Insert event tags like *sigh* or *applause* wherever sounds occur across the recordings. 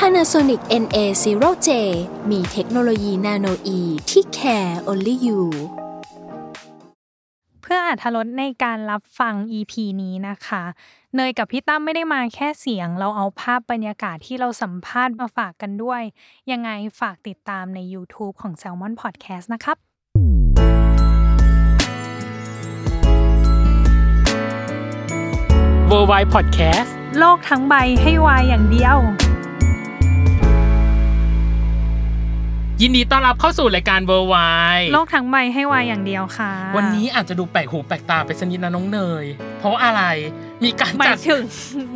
Panasonic NA0J มีเทคโนโลยีนาโนอีที่ care only you เพื่ออาธรตในการรับฟัง EP นี้นะคะ เนยกับพี่ตั้มไม่ได้มาแค่เสียง เราเอาภาพบรรยากาศที่เราสัมภาษณ์มาฝากกันด้วย ยังไงฝากติดตามใน YouTube ของ Salmon Podcast นะครับ w o r l d w i d e Podcast โลกทั้งใบให้วายอย่างเดียว ยินดีต้อนรับเข้าสู่รายการ w o r l d w i d e โลกทั้งใบให้วายอย่างเดียวค่ะ วันนี้อาจจะดูแปลกหูแปลกตาไปสักนิดนะน้องเนย เพราะอะไรมีการ หมา จั ย ด ถึง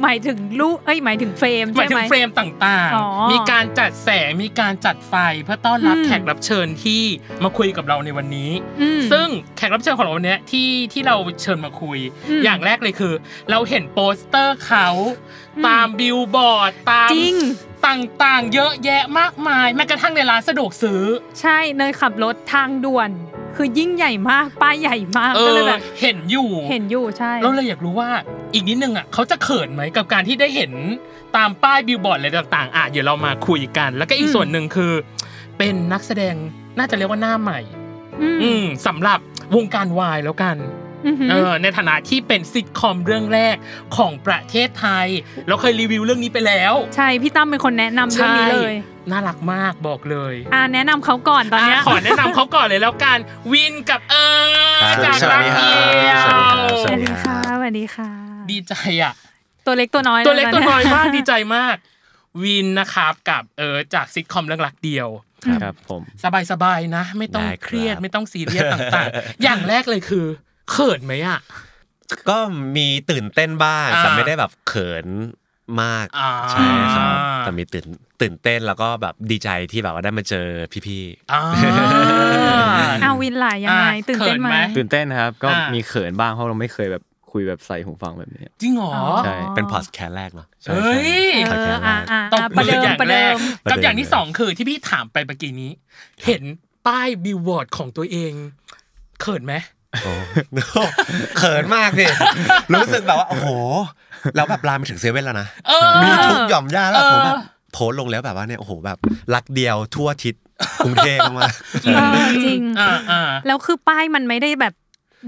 หมายถึงลูกเอ้ยหมายถึงเฟรม หมาย ใช่ ถึ ไหม งเฟรมต่าง อ๋อ ๆ มีการจัดแสงมีการจัดไฟเพื่อต้อนรับ อืม แขกรับเชิญที่มาคุยกับเราในวันนี้ อืม ซึ่งแขกรับเชิญของเราวันเนี้ยที่ที่เราเชิญมาคุย อืม อย่างแรกเลยคือ เราเห็นโปสเตอร์เขา อืม ตามบิลบอร์ดตาม จริง ต่างๆ เยอะแยะมากมายแม้กระทั่งในร้านสะดวกซื้อ ใช่เนยขับรถทางด่วน คือยิ่งใหญ่มาก ป้ายใหญ่มาก เอ ก็ อ เลยแบบ เห็นอยู่ เห็นอยู่ใช่ เราเลยอยากรู้ว่าอีกนิดนึงอ่ะเขาจะเขินไหมกับการที่ได้เห็นตามป้ายบิลบอร์ดอะไรต่างๆอ่ะเดี๋ยวเรามาคุยกัน แล้วก็อีก อืม ส่วนหนึ่งคือ เป็นนักแสดงน่าจะเรียกว่าหน้าใหม่ อืม อืมสำหรับวงการวายแล้วกัน อหือ เออในฐานะที่เป็นซิทคอมเรื่องแรกของประเทศไทย เราเคยรีวิวเรื่องนี้ไปแล้ว ใช่ พี่ตั้มเป็นคนแนะนำเรื่องนี้เลย น่ารักมากบอกเลย อ่าแนะนำเขาก่อนตอนเนี้ย ะขอแนะนำเขาก่อนเลยแล้วกัน วินกับเออ ครับ จากรักเดีย สวัสดีครับ ว ส ส วั วั ส ส ดี ดี ครับ ค่ะสวัสดีค่ะ ดีใจอ่ะ ตัวเล็กตัวน้อย ตัวเล็ก ะ ตัวน้อย *laughs* มาก เ ดีใจมาก วินนะครับกับเออจากซิทคอมเรื่องรักเดียว ครับผม สบายๆนะ ไม่ต้อง ได้ครับ เครียดไม่ต้องซีเรียสต่าง *laughs* ๆ อย่างแรกเลยคือเขินไหมอ่ะ ก็มีตื่นเต้นบ้าง อ่า แต่ไม่ได้แบบเขินมาก อ่า ใช่ครับแต่มีตื่นตื่นเต้นแล้วก็แบบดีใจที่แบบว่าได้มาเจอพี่ อ่า เอาวินหลายยังไง อ่ะ ตื่นเต้นไหม เขินไหม ตื่นเต้นครับ ก็ อ่ามี มีเขินบ้างเพราะเราไม่เคยแบบคุยแบบใส่หูฟังแบบนี้ จริงเหรอ อ๋อ ใช่ ๆเป็นพอดแคสต์แรกเนาะ เฮ้ย เอ ขอแค่ อ นั้น อ่าอ่า ตบ ประ มื เดิ อ ม อย่าง ประ แร เดิ กประมเดิม กับอย่างที่สองคือที่พี่ถามไปเมื่อกี้นี้ เห็นป้ายบิลบอร์ดของตัวเองเขินไหม โอ้โหเขินมากเลย *laughs* รู้สึกแบบว่าโอ้โหแล้วแบบลามไปถึงเซเว่นแล้วนะ เออ มีทุกหย่อมย่าแล้ว เออ ผมแบบโพสต์ลงแล้วแบบว่าเนี่ยโอ้โหแบบรักเดียวทั่วทิศกรุงเทพมาก เออจริง อ่าอ่า แล้วคือป้ายมันไม่ได้แบบ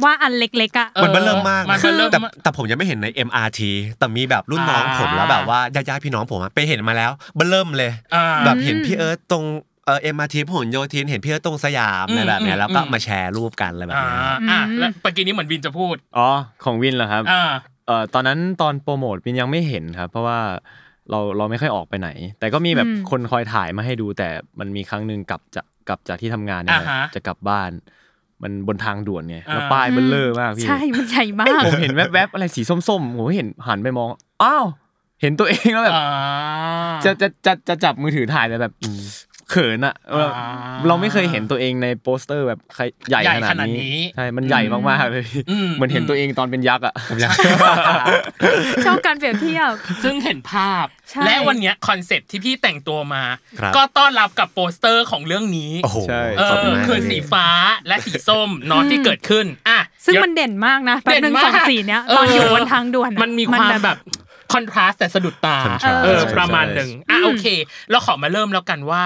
ว่าอันเล็กๆอ่ะ เออ มันเบิ่มเริ่มมาก มันเบิ่มเริ่ม แต่แต่ผมยังไม่เห็นใน MRT แต่มีแบบรุ่นน้องผมแล้วแบบว่าญาติๆพี่น้องผมอะไปเห็นมาแล้วเบิ่มเริ่มเลย อ่า แบบเห็นพี่เอิร์ธตรงเออเอ็มอาทีพหลโยธินเห็นพี่เอิร์ธตรงสยามอะไรแบบเนี้ อื ย ม แล้วก็ อืม มาแชร์รูปกันอะไรแบบ อ่า เนี้ย อ่ะแล้วเมื่อกี้นี้เหมือนวินจะพูด อ๋อ ของวินเหรอครับ อ่า เอ่อตอนนั้นตอนโปรโมทวินยังไม่เห็นครับ เพราะว่าเราเราไม่ค่อยออกไปไหน แต่ก็มีแบบ อืม คนคอยถ่ายมาให้ดู แต่มันมีครั้งหนึ่งกลับจากกลับจากที่ทำงานเนี่ย อ่าฮะ จะกลับบ้าน มันบนทางด่วนไงแล้ว อ่า ป้ายเบลเลอร์มากพี่ ใช่มันใหญ่มา เอ้ย ก ผมเห็นแวบๆอะไรสีส้มๆผมเห็นหันไปมองอ้าวเห็นตัวเองแล้วแบบ อ่า จะจะจะจะจับมือถือถ่ายแต่แบบเขินอะเออ อ่า เราไม่เคยเห็นตัวเองในโปสเตอร์แบบใครใหญ่ ใหญ่ข ข นา นา ด ด นี้ นี้ใช่มันใหญ่มากๆเลย อืม *laughs* เหมือนเห็นตัวเองตอนเป็นยักษ์อะช *laughs* อบการเปรียบเทียบ ซึ่งเห็นภาพ ใช่ และวันเนี้ยคอนเซปต์ที่พี่แต่งตัวมา ครับ ก็ต้อนรับกับโปสเตอร์ของเรื่องนี้ โอ้โห ใช่ เอ ขบณ อ มาก คือ เลย สีฟ้าและสีส้ม *laughs* เนอะที่เกิดขึ้นอ่ะ ซึ่ง เดี๋ยว มันเด่นมากนะแป๊บหนึ่ง เด่น ส มา อก งสีเนี้ย เออ ตอนอยู่บนทางด่วนอะ มันมีความแบบคอนทราสต์แต่สะดุดตา คอนทราสต์ เออ ใช่ ประมาณหนึ่งอ่ะ อืม โอเค เราขอมาเริ่มแล้วกันว่า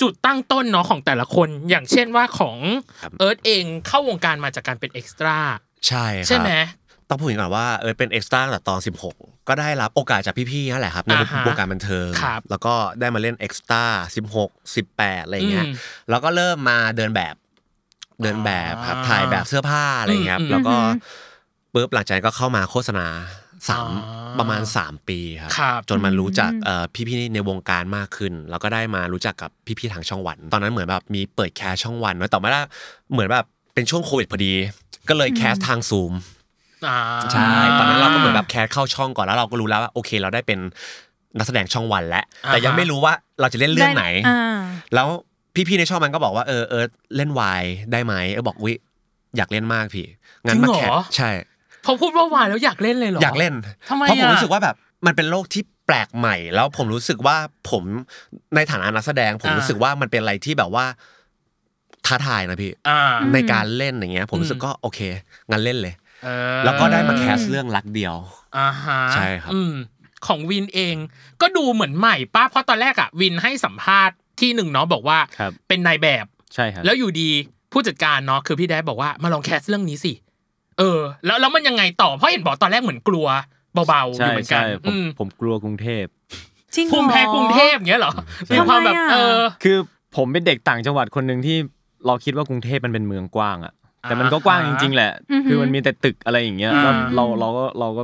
จุดตั้งต้นเนาะของแต่ละคน อย่างเช่นว่าของเอิร์ธเองเข้าวงการมาจากการเป็นเอ็กซ์ตร้า ใช่ครับ ใช่ไหม ต้องพูดอย่างนี้ก่อนว่าเออเป็นเอ็กซ์ตร้าตั้งแต่ตอน 16 ก็ได้รับโอกาสจากพี่ๆนั่นแหละครับใน อ่าฮะ วงการบันเทิง ครับ แล้วก็ได้มาเล่นเอ็กซ์ตร้า16 18อะไรอย่างเงี้ย อืม แล้วก็เริ่มมาเดินแบบเดินแบบครับ อ่า ถ่ายแบบเสื้อผ้าอะไรอย่างเงี้ยครับ อืม แล้วก็ปุ๊บหลังจากนั้นก็เข้ามาโฆษณาสาม อ่า ประมาณ 3 ปีครับ ครับ จนมารู้จักเอ่อพี่ๆในวงการมากขึ้น แล้วก็ได้มารู้จักกับพี่ๆทางช่องวัน ตอนนั้นเหมือนแบบมีเปิดแคสช่องวันเนอะแต่ไม่ได้เหมือนแบบเป็นช่วงโควิดพอดี ก็เลยแคสทางซูม อ่า ใช่ ตอนนั้นเราก็เหมือนแบบแคสเข้าช่องก่อนแล้วเราก็รู้แล้วว่าโอเค เราได้เป็น นักแสดงช่องวันแล้ว อ่าฮะ แต่ยังไม่รู้ว่าเราจะเล่นเรื่องไหน ด้อ่า แล้วพี่ๆในช่องมันก็บอกว่าเออเออเล่นวายได้ไหมเออบอกวิอยากเล่นมากพี่งั้นมาแค จสริงเหรอ ใช่ พอพูดว่าวายแล้วอยากเล่นเลยเหรอ อ อ ยากเล่น ทำไม เพราะผม อะ รู้สึกว่าแบบมันเป็นโลกที่แปลกใหม่ แล้วผมรู้สึกว่าผมในฐานะนักแสดง ผมรู้สึกว่ามันเป็นอะไรที่แบบว่าท้าทายนะพี่ อ่า ม ในการเล่นอย่างเงี้ย ผมรู้สึกก็โอเคงั้นเล่นเลย เออ แล้วก็ได้มาแคสเรื่องรักเดียว อ่าฮะ ใช่ครับ อืมของวินเองก็ดูเหมือนใหม่ป้าเพราะตอนแรกอะวินให้สัมภาษณ์ที่หนึ่งเนาะบอกว่า ครับ เป็นนายแบบ ใช่ครับ แล้วอยู่ดีผู้จัดการเนาะคือพี่แดดบอกว่ามาลองแคสเรื่องนี้สิ เออ แล้วแล้วมันยังไงต่อเพราะเห็นบอกตอนแรกเหมือนกลัวเบาๆอ ใช่ ยู่เหมือนกัน ใช่ผม อืม ผมกลัวกรุงเทพ จริงเหรอ ภูมิแพ้กรุงเทพเงี้ยเหรอมีความแบบ ทำไมอะ เออ คือผมเป็นเด็กต่างจังหวัดคนหนึ่งที่เราคิดว่ากรุงเทพมันเป็นเมืองกว้างอะแต่มันก็กว้างจริง ๆ แหละ อือฮึ คือมันมีแต่ตึกอะไรอย่างเงี้ย อ่า แล้วเราเราก็เราก็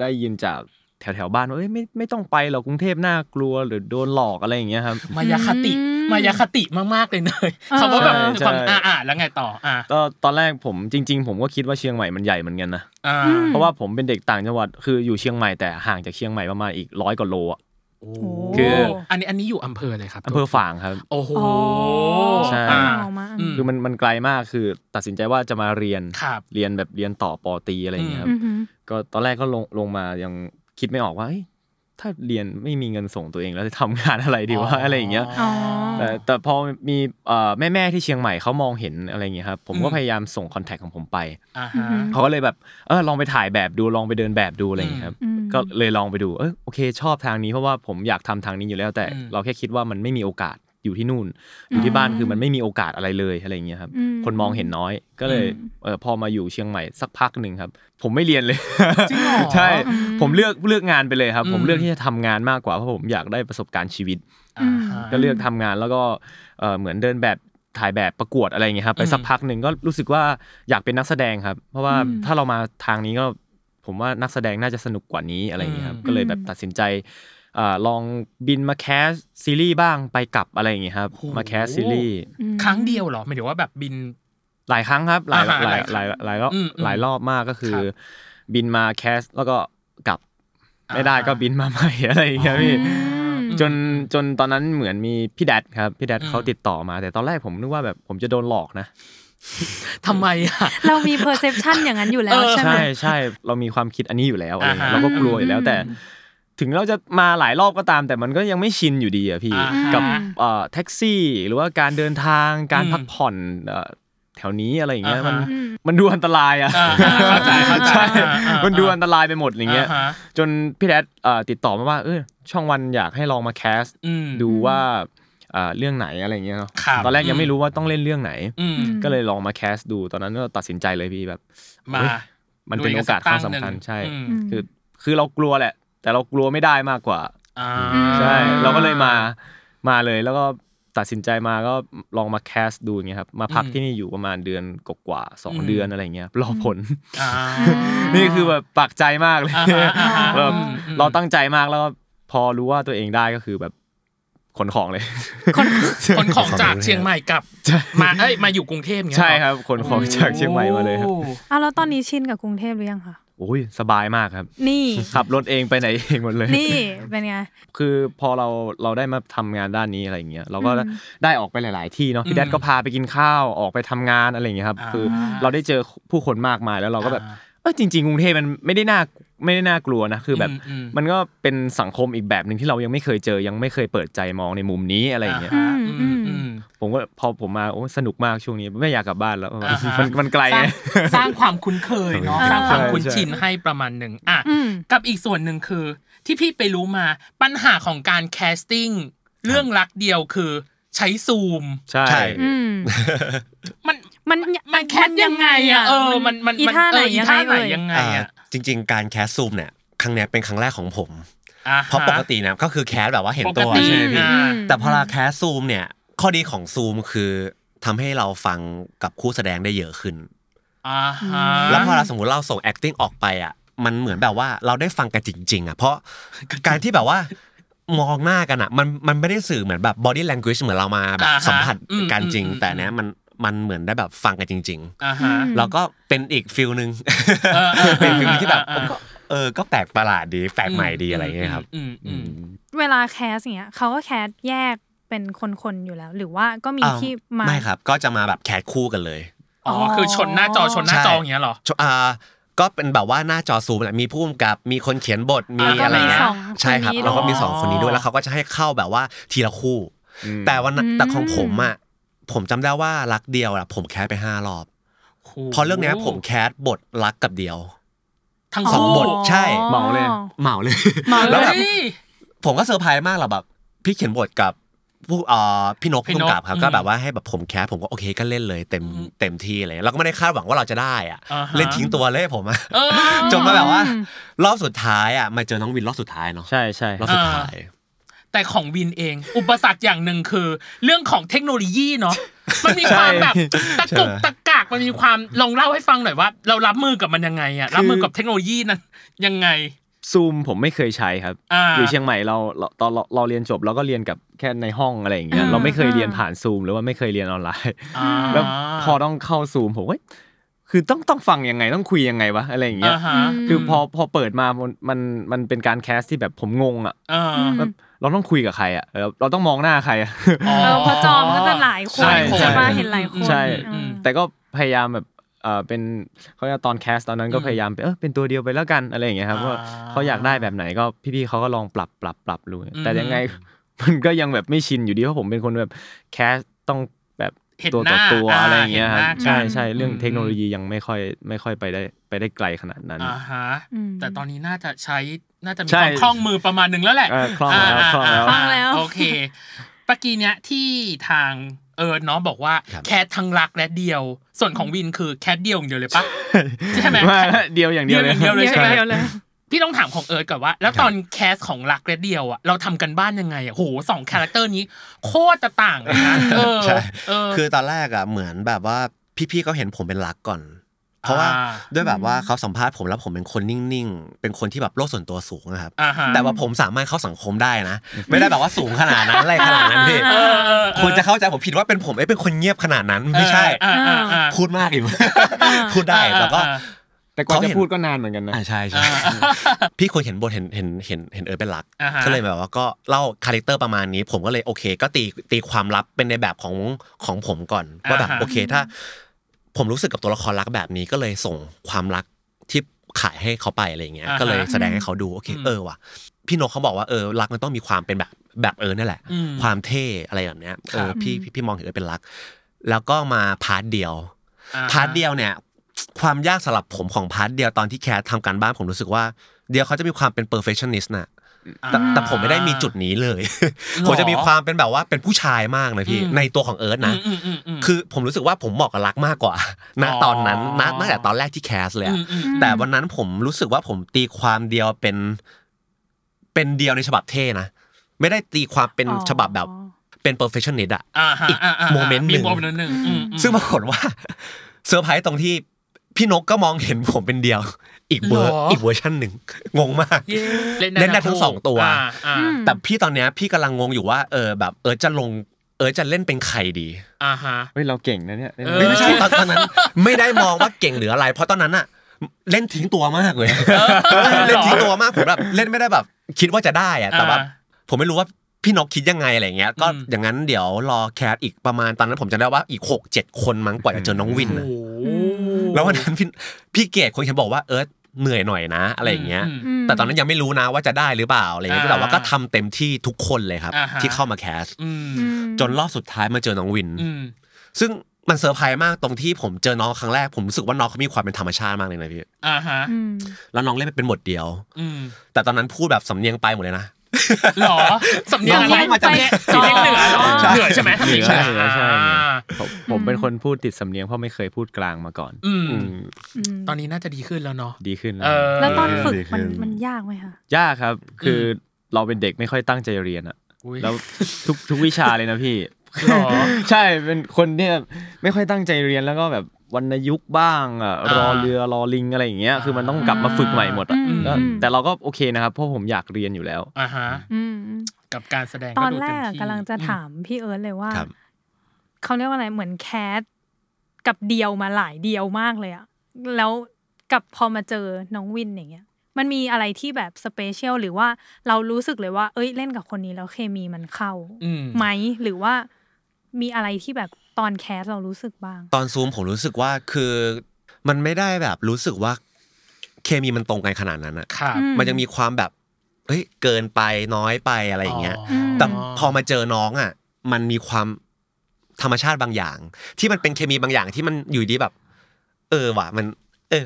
ได้ยินจากแถวแถวๆบ้านว่าเอ้ยไม่ไม่ต้องไปหรอกกรุงเทพน่ากลัวหรือโดนหลอกอะไรอย่างเงี้ยครับ มายาคติ อืม มายาคติมากๆเลยเนย เออ คำว่าแบบ ใช่ ความ ใช่ อ่าอ่าแล้วไงต่ออ่า ก็ตอนแรกผมจริง ๆ ผมก็คิดว่าเชียงใหม่มันใหญ่เหมือนกันนะ อ่า เพราะว่าผมเป็นเด็กต่างจังหวัดคืออยู่เชียงใหม่แต่ห่างจากเชียงใหม่ประมาณอีกร้อยกว่าโลอะ โอ้ คือ อันนี้อันนี้อยู่อำเภออะไรครับ อำเภอฝางครับ โอ้โห อ๋อ ใช่ อ่า เอามา อืม คือมันมันไกลมากคือตัดสินใจว่าจะมาเรียน ครับ เรียนแบบเรียนต่อปอตรีอะไรอย่างเงี้ยครับ อือหือ ก็ตอนแรกก็ลงลงมายังคิดไม่ออกว่าเอ้ยถ้าเรียนไม่มีเงินส่งตัวเองแล้วจะทำงานอะไรดีวะอะไรอย่างเงี้ย อ๋อ แต่แต่พอมีแม่อแม่ๆที่เชียงใหม่เขามองเห็นอะไรอย่างเงี้ยครับผมก็ อืม พยายามส่งคอนแทคของผมไป อ่าฮะ อือหือ เขาก็เลยแบบเออลองไปถ่ายแบบดูลองไปเดินแบบดูอะไรอย่างเงี้ยครับ อืม ก็เลยลองไปดูเออโอเคชอบทางนี้เพราะว่าผมอยากทำทางนี้อยู่แล้ว แต่ อืม เราแค่คิดว่ามันไม่มีโอกาสอยู่ที่นู่น อยู่ที่บ้าน อืม คือมันไม่มีโอกาสอะไรเลยอะไรอย่างเงี้ยครับ อืม คนมองเห็นน้อยก็เลยเออพอมาอยู่เชียงใหม่สักพักหนึ่งครับ ผมไม่เรียนเลย จริงเหรอ ใช่ ผมเลือกเลือกงานไปเลยครับ อืม ผมเลือกที่จะทำงานมากกว่าเพราะผมอยากได้ประสบการณ์ชีวิต อ่าฮะ ก็เลือกทำงานแล้วก็เอ่อเหมือนเดินแบบถ่ายแบบประกวดอะไรอย่างเงี้ยครับไป อืม สักพักหนึ่งก็รู้สึกว่าอยากเป็นนักแสดงครับ เพราะว่า อืม ถ้าเรามาทางนี้ก็ผมว่านักแสดงน่าจะสนุกกว่านี้อะไรอย่างเงี้ยครับ อืม ก็เลยแบบตัดสินใจเอ่อลองบินมาแคสซีรีส์บ้างไปกลับอะไรอย่างเงี้ยครับมาแคสซีรีส์ ครั้งเดียวเหรอหมายถึงว่าแบบบิน หลายครั้งครับหลาย อ่าฮะ หลาย ห ห ลา ลาย ย ครั้ง หลายรอบ อืมอืม หลายรอบมากก็คือ ครับ บินมาแคสแล้วก็กลับไม่ได้ อ่า ก็บินมาใหม่อะไรอย่างเงี้ยพี่ อืม จนจนตอนนั้นเหมือนมีพี่แดดครับพี่แดด อืม เขาติดต่อมา แต่ตอนแรกผมนึกว่าแบบผมจะโดนหลอกนะ ทำไมอ่ะ เรามี perception อย่างนั้นอยู่แล้ว เออ ใช่ไหม ใช่ใช่เรามีความคิดอันนี้อยู่แล้วอะไรเงี้ย อ่าฮะ เราก็กลัวอยู่แล้วแต่ อืม ถึงเราจะมาหลายรอบก็ตาม แต่มันก็ยังไม่ชินอยู่ดีอะพี่ อ่าฮะ กับเอ่อแท็กซี่ หรือว่าการเดินทางการ อืม พักผ่อนเอ่อแถวนี้อะไรอย่างเงี้ย อ่าฮะ มัน อืม มันดูอันตรายอะ อ่าเข้าใจเข้าใจ ใช่ อ่าอ่า มันดูอันตรายไปหมดอย่างเงี้ย ฮะ จนพี่แดดเอ่อติดต่อมาว่าเออช่องวันอยากให้ลองมาแคส อืม ดูว่าเอ่อเรื่องไหนอะไรอย่างเงี้ยเนาะ ครับ ตอนแรกยั อื ง ม ไม่รู้ว่าต้องเล่นเรื่องไหน อืม ก็เลยลองมาแคสดูตอนนั้นก็ตัดสินใจเลยพี่แบบ มา เฮ้ย มันเป็นโอกาสครั้งสำคัญใช่ อืม คือคือเรากลัวแหละ แต่เรากลัวไม่ได้มากกว่า อ่า ใช่ เราก็เลยมามาเลยแล้วก็ตัดสินใจมาก็ลองมาแคสดูอย่างเงี้ยครับมาพักที่นี่อยู่ประมาณเดือนกว่าๆสองเดือนอะไรเงี้ยรอผล อ่า นี่คือแบบปักใจมากเลย อ่าฮะอ่าฮะ แบบ อืมอืม เราตั้งใจมากแล้วก็พอรู้ว่าตัวเองได้ก็คือแบบขนของเลย คนของจากเชียงใหม่กลับมาเอ้ยมาอยู่กรุงเทพเงี้ย ใช่ครับขนของจากเชียงใหม่มาเลยครับ โอ้ อ่ะแล้วตอนนี้ชินกับกรุงเทพหรือยังคะ โอ้ยสบายมากครับ นี่ *laughs* ขับรถเองไปไหนเองหมดเลย นี่เป็นไง คือพอเราเราได้มาทำงานด้านนี้อะไรอย่างเงี้ยเราก็ อืม ได้ออกไปหลาย ๆ ที่เนาะพี่แดดก็พาไปกินข้าวออกไปทำงานอะไรอย่างเงี้ยครับ คือเราได้เจอผู้คนมากมายแล้วเราก็แบบ อ่ เออจริง ๆ กรุงเทพมันไม่ได้น่าไม่ได้น่ากลัวนะคือแบบ อืมอืม มันก็เป็นสังคมอีกแบบหนึ่งที่เรายังไม่เคยเจอยังไม่เคยเปิดใจมองในมุมนี้อะไรอย่างเงี้ย ฮะอืมอืม ผมก็พอผมมาโอ้สนุกมากช่วงนี้ไม่อยากกลับบ้านแล้ว อ่าฮะ มันมันไกลไง สร้างความคุ้นเคยเนาะ ใช่ สร้างความคุ้น ใช่ ชินให้ประมาณหนึ่งอ่ะ อืม กับอีกส่วนหนึ่งคือ ที่พี่ไปรู้มาปัญหาของการแคสติ้งเรื่องรักเดียวคือ ใช้ซูม ใช่ ใช่ อืม มัน มัน มันแคสยังไงอ่ะเออมันมัน อี มั ท่าไหน เอออี ยังไง ท่าไหน เอ่ย ยังไงอ่ะ อ่าจริง ๆ การแคสซูมเนี่ยครั้งเนี้ยเป็นครั้งแรกของผม อ่ฮ เพราะปกตินะก็คือแคสแบบว่าเห็น ปก ตัว ติ ใช่ไหมพี่ อ่า แต่พอเราแคสซูมเนี่ย ข้อดีของซูมคือทำให้เราฟังกับคู่แสดงได้เยอะขึ้น อ่าฮะ แล้วพอเราสมมติเราส่ง acting ออกไปอ่ะมันเหมือนแบบว่าเราได้ฟังกันจริง ๆอ่ะเพราะการที่แบบว่ามองหน้ากันอ่ะมันมันไม่ได้สื่อเหมือนแบบ body language เหมือนเรามาแบบ อ่าฮะ สัมผัสกันจริง อืมอืม แต่เนี้ยมันมันเหมือนได้แบบฟังกันจริง อ่าฮะ ๆ แล้วก็เป็นอีกฟิลหนึ่ง *laughs* เออเออ เป็นฟิลหนึ่งที่แบบ เออเออ ก็ เออก็แปลกประหลาดดีแปลกใหม่ดีอะไรเงี้ยครับ อืมอืม เวลาแคสอย่างเงี้ยเขาก็แคสแยกเป็นคนๆอยู่แล้ว หรือว่าก็มี อ้าว ที่มา ไม่ครับก็จะมาแบบแคสคู่กันเลย อ๋อคือชนหน้าจอชนหน้าจออย่างเงี้ยเหรอ ชอ่าก็เป็นแบบว่าหน้าจอซูมแหละมีผู้กำกับมีคนเขียนบทมี แล้วก็ อะไร มี เงี้ ส ย อง ใช่ครับ คนนี้ แล้วก็มี ด้วย สองคนนี้ด้วยแล้วเขาก็จะให้เข้าแบบว่าทีละคู่ แต่วันนั้น อืม แต่ของผมอ่ะผมจำได้ว่ารักเดียวอ่ะผมแคสไปห้ารอบเพราะเรื่องเนี้ยผมแคสบทรักกับเดียว ทั้ง สอง คู่ บทใช่ เหมาเลย เหมาเลย เหมา แล้ แล้ว ว แบบ เฮ้ย *laughs* ผมก็เซอร์ไพรส์มากเหรอแบบพี่เขียนบทกับผู้เอ่อพี่นก พี่ ผู้ นก กำกับครับ อืม ก็แบบว่าให้แบบผมแคสผมก็โอเคก็เล่นเลยเต็ม อืม เต็มที่เลยเราก็ไม่ได้คาดหวังว่าเราจะได้อ่ะ อ่าฮะ เล่นทิ้งตัวเลยผมอ่ะ เออ จนมาแบบว่า อืม รอบสุดท้ายอ่ะมาเจอน้องวินรอบสุดท้ายเนาะ ใช่ใช่ รอบสุดท้าย แต่ของวินเอง อุปสรรคอย่างหนึ่งคือ เรื่องของเทคโนโลยี *laughs* เนาะมันมีความแบบตะกุก ใช่ ตะกากมันมีความลองเล่าให้ฟังหน่อยว่า เรารับมือกับมันยังไงอะรับมือกับเทคโนโลยีนั้นยังไง ซูมผมไม่เคยใช้ครับ อ่า อยู่เชียงใหม่เราเราตอนเราเราเรียนจบเราก็เรียนกับแค่ในห้องอะไรอย่างเงี้ย อ่า เราไม่เคย อ่า เรียนผ่านซูมหรือว่าไม่เคยเรียนออนไลน์ อ่า แล้วพอต้องเข้าซูมผมเฮ้ยคือต้องต้องฟังยังไงต้องคุยยังไงวะอะไรอย่างเงี้ย อ่าฮะ คือพอพอเปิดมามันมันมันเป็นการแคสที่แบบผมงงอ่ะ อ่า อืม เราต้องคุยกับใครอ่ะเราเราต้องมองหน้าใครอ่ะ *laughs* อ๋ เออเพอจอมนก็จะหลายคน ใช่ใช่ ใช่ปะเห็นหลายคน ใช่ อืม แต่ก็พยายามแบบเออเป็นเขาเรียกว่าตอนแคสตอนนั้นก็ อืม พยายามไปเออเป็นตัวเดียวไปแล้วกันอะไรอย่างเงี้ยครับ อ่า ว่าเขาอยากได้แบบไหนก็พี่ๆเขาก็ลองปรับปรับปรับดู อืม แต่ยังไง *laughs* มันก็ยังแบบไม่ชินอยู่ดีเพราะผมเป็นคนแบบแคสต้องแบบ เห็น ตัว หน้า ต่อตัวอะไรอย่างเงี้ยครับ เห็นหน้า ใช่ กัน ใช่เรื่อง ม เทคโนโลยียังไม่ค่อยไม่ค่อยไปได้ไปได้ไกลขนาดนั้น อ่าฮะ อืม แต่ตอนนี้น่าจะใช้น่าจะมี ใช่ ความคล่องมือประมาณหนึ่งแล้วแหละ เออคล่องแล้ว า คล่องแล้ว าา คล่องแล้ว โอเคปกี้เนี้ยที่ทางเออเนาะบอกว่า ครับ แคททั้งรักและเดียว ส่วนของวินคือแคทเดียวอย่างเดียวเลยปะ ใช่ไหม ว่า *laughs* เดียวอย่างเดียวเลย เดียวเลยใช่ไหม เดียวเลย พี่ต้องถามของเอิร์ธก่อนว่า แล้วตอนแคสของรักและเดียวอ่ะเราทำกันบ้านยังไงอ่ะโหสองคาแรคเตอร์นี้ โคตรจะต่างเลยนะเออ ใช่ เออ คือตอนแรกอ่ะเหมือนแบบว่าพี่ๆเขาเห็นผมเป็นรักก่อน เพราะว่า อ่า ด้วยแบบว่าเขาสัมภาษณ์ผมแล้วผมเป็นคนนิ่งๆ เป็นคนที่แบบโลกส่วนตัวสูงนะครับ อ่าฮะ แต่ว่าผมสามารถเข้าสังคมได้นะ *laughs* ไม่ได้แบบว่าสูงขนาดนั้นอะไรขนาดนั้นพี่ เออเออเออ คนจะเข้าใจผมผิดว่าเป็นผมเอ้ยเป็นคนเงียบขนาดนั้นไม่ใช่ เออเออเออ พูดมากอยู่ พูดได้แต่ก็ อ่า แต่กว่า เขา จะ เห็น พูดก็นานเหมือนกันนะ อ่าใช่ใช่พี่คนเห็นบทเห็นเห็นเห็นเห็นเออเป็นหลัก อ่าฮะ ก็เลยแบบว่าก็เล่าคาแรคเตอร์ประมาณนี้ ผมก็เลยโอเค ก็ตีตีความลับเป็นในแบบของของผมก่อนว่าแบบโอเคถ้า ผมรู้สึกกับตัวละครรักแบบนี้ก็เลยส่งความรักที่ขายให้เขาไปอะไรอย่างเงี้ย อ่าฮะ ก็เลยแสดงให้เขาดูโอเค อืม เออว่ะพี่นกเขาบอกว่าเออรักมันต้องมีความเป็นแบบแบบเออนั่นแหละ อืม ความเท่อะไรแบบเนี้ยเออ ครับ พี่พี่พี่มองถึงเออเป็นรัก แล้วก็มาพาร์ทเดียว อ่ พาร์ทเดียวเนี่ยความยากสำหรับผมของพาร์ทเดียวตอนที่แคสทำการบ้านผมรู้สึกว่า เดียวเขาจะมีความเป็น perfectionist นะแต่ อ่า แต่ผมไม่ได้มีจุดนี้เลย หรอ ผมจะมีความเป็นแบบว่าเป็นผู้ชายมากนะพี่ อืม ในตัวของเอิร์ธนะ อืมอืมอืม คือผมรู้สึกว่าผมเหมาะกับรักมากกว่าณ อ๋อ ตอนนั้นณตั้งแต่ตอนแรกที่แคสเลยอะ มอืม แต่วันนั้นผมรู้สึกว่าผมตีความเดียวเป็น เป็นเดียวในฉบับเท่นะไม่ได้ตีความเป็น อ๋อ ฉบับแบบเป็น perfectionist อะ อ่าฮะ อีก าฮะ โมเมนต์หนึ่ง โมเมนต์หนึ่งอืมอืม ซึ่งปรากฏว่า *laughs* เซอร์ไพรส์ตรงที่พี่นกก็มองเห็นผมเป็นเดียว อีกเวอร์อีกเวอร์ชันหนึ่งงงมาก เย้ เล่นได้ทั้งสองตัว อ่าอ่า แต่พี่ตอนเนี้ยพี่กำลังงงอยู่ว่าเออแบบเออจะลงเออจะเล่นเป็นใครดี อ่าฮะ เฮ้ยเราเก่งนะเนี่ย เออ ไม่ใช่ตอนตอนนั้นไม่ได้มองว่าเก่งหรืออะไร เพราะตอนนั้นอะเล่นทิ้งตัวมากเลยเล่นทิ้งตัวมากผมแบบเล่นไม่ได้แบบ คิดว่าจะได้อะแต่แบบ อ่า ผมไม่รู้ว่าพี่นกคิดยังไงอะไรเงี้ย ก็ อืม อย่างนั้นเดี๋ยวรอแคสอีกประมาณตอนนั้นผมจำได้ว่าอีกหกเจ็ดคนมั้งกว่าจะเจอน้องวินอะโอ้โห แล้ววัน *laughs* นั้นพี่พี่เกดคนเขียนบอกว่าเออเหนื่อยหน่อยนะ อะไรอย่างเงี้ย ม แต่ตอนนั้นยังไม่รู้นะว่าจะได้หรือเปล่าอะไรเงี้ย อ่า แต่ว่าก็ทำเต็มที่ทุกคนเลยครับ อ่าฮะ ที่เข้ามาแคส อืม อืม จนรอบสุดท้ายมาเจอน้องวิน อืม ซึ่งมันเซอร์ไพรส์มากตรงที่ผมเจอน้องครั้งแรกผมรู้สึกว่าน้องเขามีความเป็นธรรมชาติมากเลยนะพี่ อ่าฮะ อืม แล้วน้องเล่นเป็นบทเดียว อืม แต่ตอนนั้นพูดแบบสำเนียงไปหมดเลยนะ หรอสำเนียงอะไร สำเนียงมาจาก สำเนียงเหนือเหรอ ใช่ เหนือใช่ไหม เหนือเหนือใช่เหนือ อ่า ผมผมเป็นคนพูดติดสำเนียงเพราะไม่เคยพูดกลางมาก่อน อืม อืม อืม ตอนนี้น่าจะดีขึ้นแล้วเนาะ ดีขึ้น เออ แล้วตอนฝึก ดีขึ้ มัน น มันยากไหมคะ ยากครับ คือเราเป็นเด็กไม่ค่อยตั้งใจเรียนอะ อุ๊ย แล้วทุกทุกวิชาเลยนะพี่ หรอ *laughs* ใช่ เป็นคนเนี่ยไม่ค่อยตั้งใจเรียนแล้วก็แบบวรรณยุกต์บ้างอะ อ่าร ร อเรือรอลิงอะไรอย่างเงี้ย คือมันต้องกลับมาฝึกใหม่หมดอะ อืม แล้ว อืม แต่เราก็โอเคนะครับ เพราะผมอยากเรียนอยู่แล้ว อ่าฮะ อืมอืม กับการแสดง ตอน ดู แร เม ก ที่ กำลังจะถามพี่เอิร์ธเลยว่า ครับ เขาเรียกว่าอะไรเหมือนแคสกับเดียวมาหลายเดียวมากเลยอะแล้วกับพอมาเจอน้องวินอย่างเงี้ย มันมีอะไรที่แบบสเปเชียลหรือว่าเรารู้สึกเลยว่า เอ้ยเล่นกับคนนี้แล้วเคมีมันเข้า อืม ไหมหรือว่ามีอะไรที่แบบตอนแคสเรารู้สึกบ้าง ตอนซูมผมรู้สึกว่าคือมันไม่ได้แบบรู้สึกว่าเคมีมันตรงกันขนาดนั้นอะ ครับ อื ม มันยังมีความแบบเอ้ยเกินไปน้อยไปอะไรอย่างเงี้ย แต่พอมาเจอน้องอ่ะ มันมีความธรรมชาติบางอย่าง ที่มันเป็นเคมีบางอย่างที่มันอยู่ดีแบบ เออว่ะมัน เออ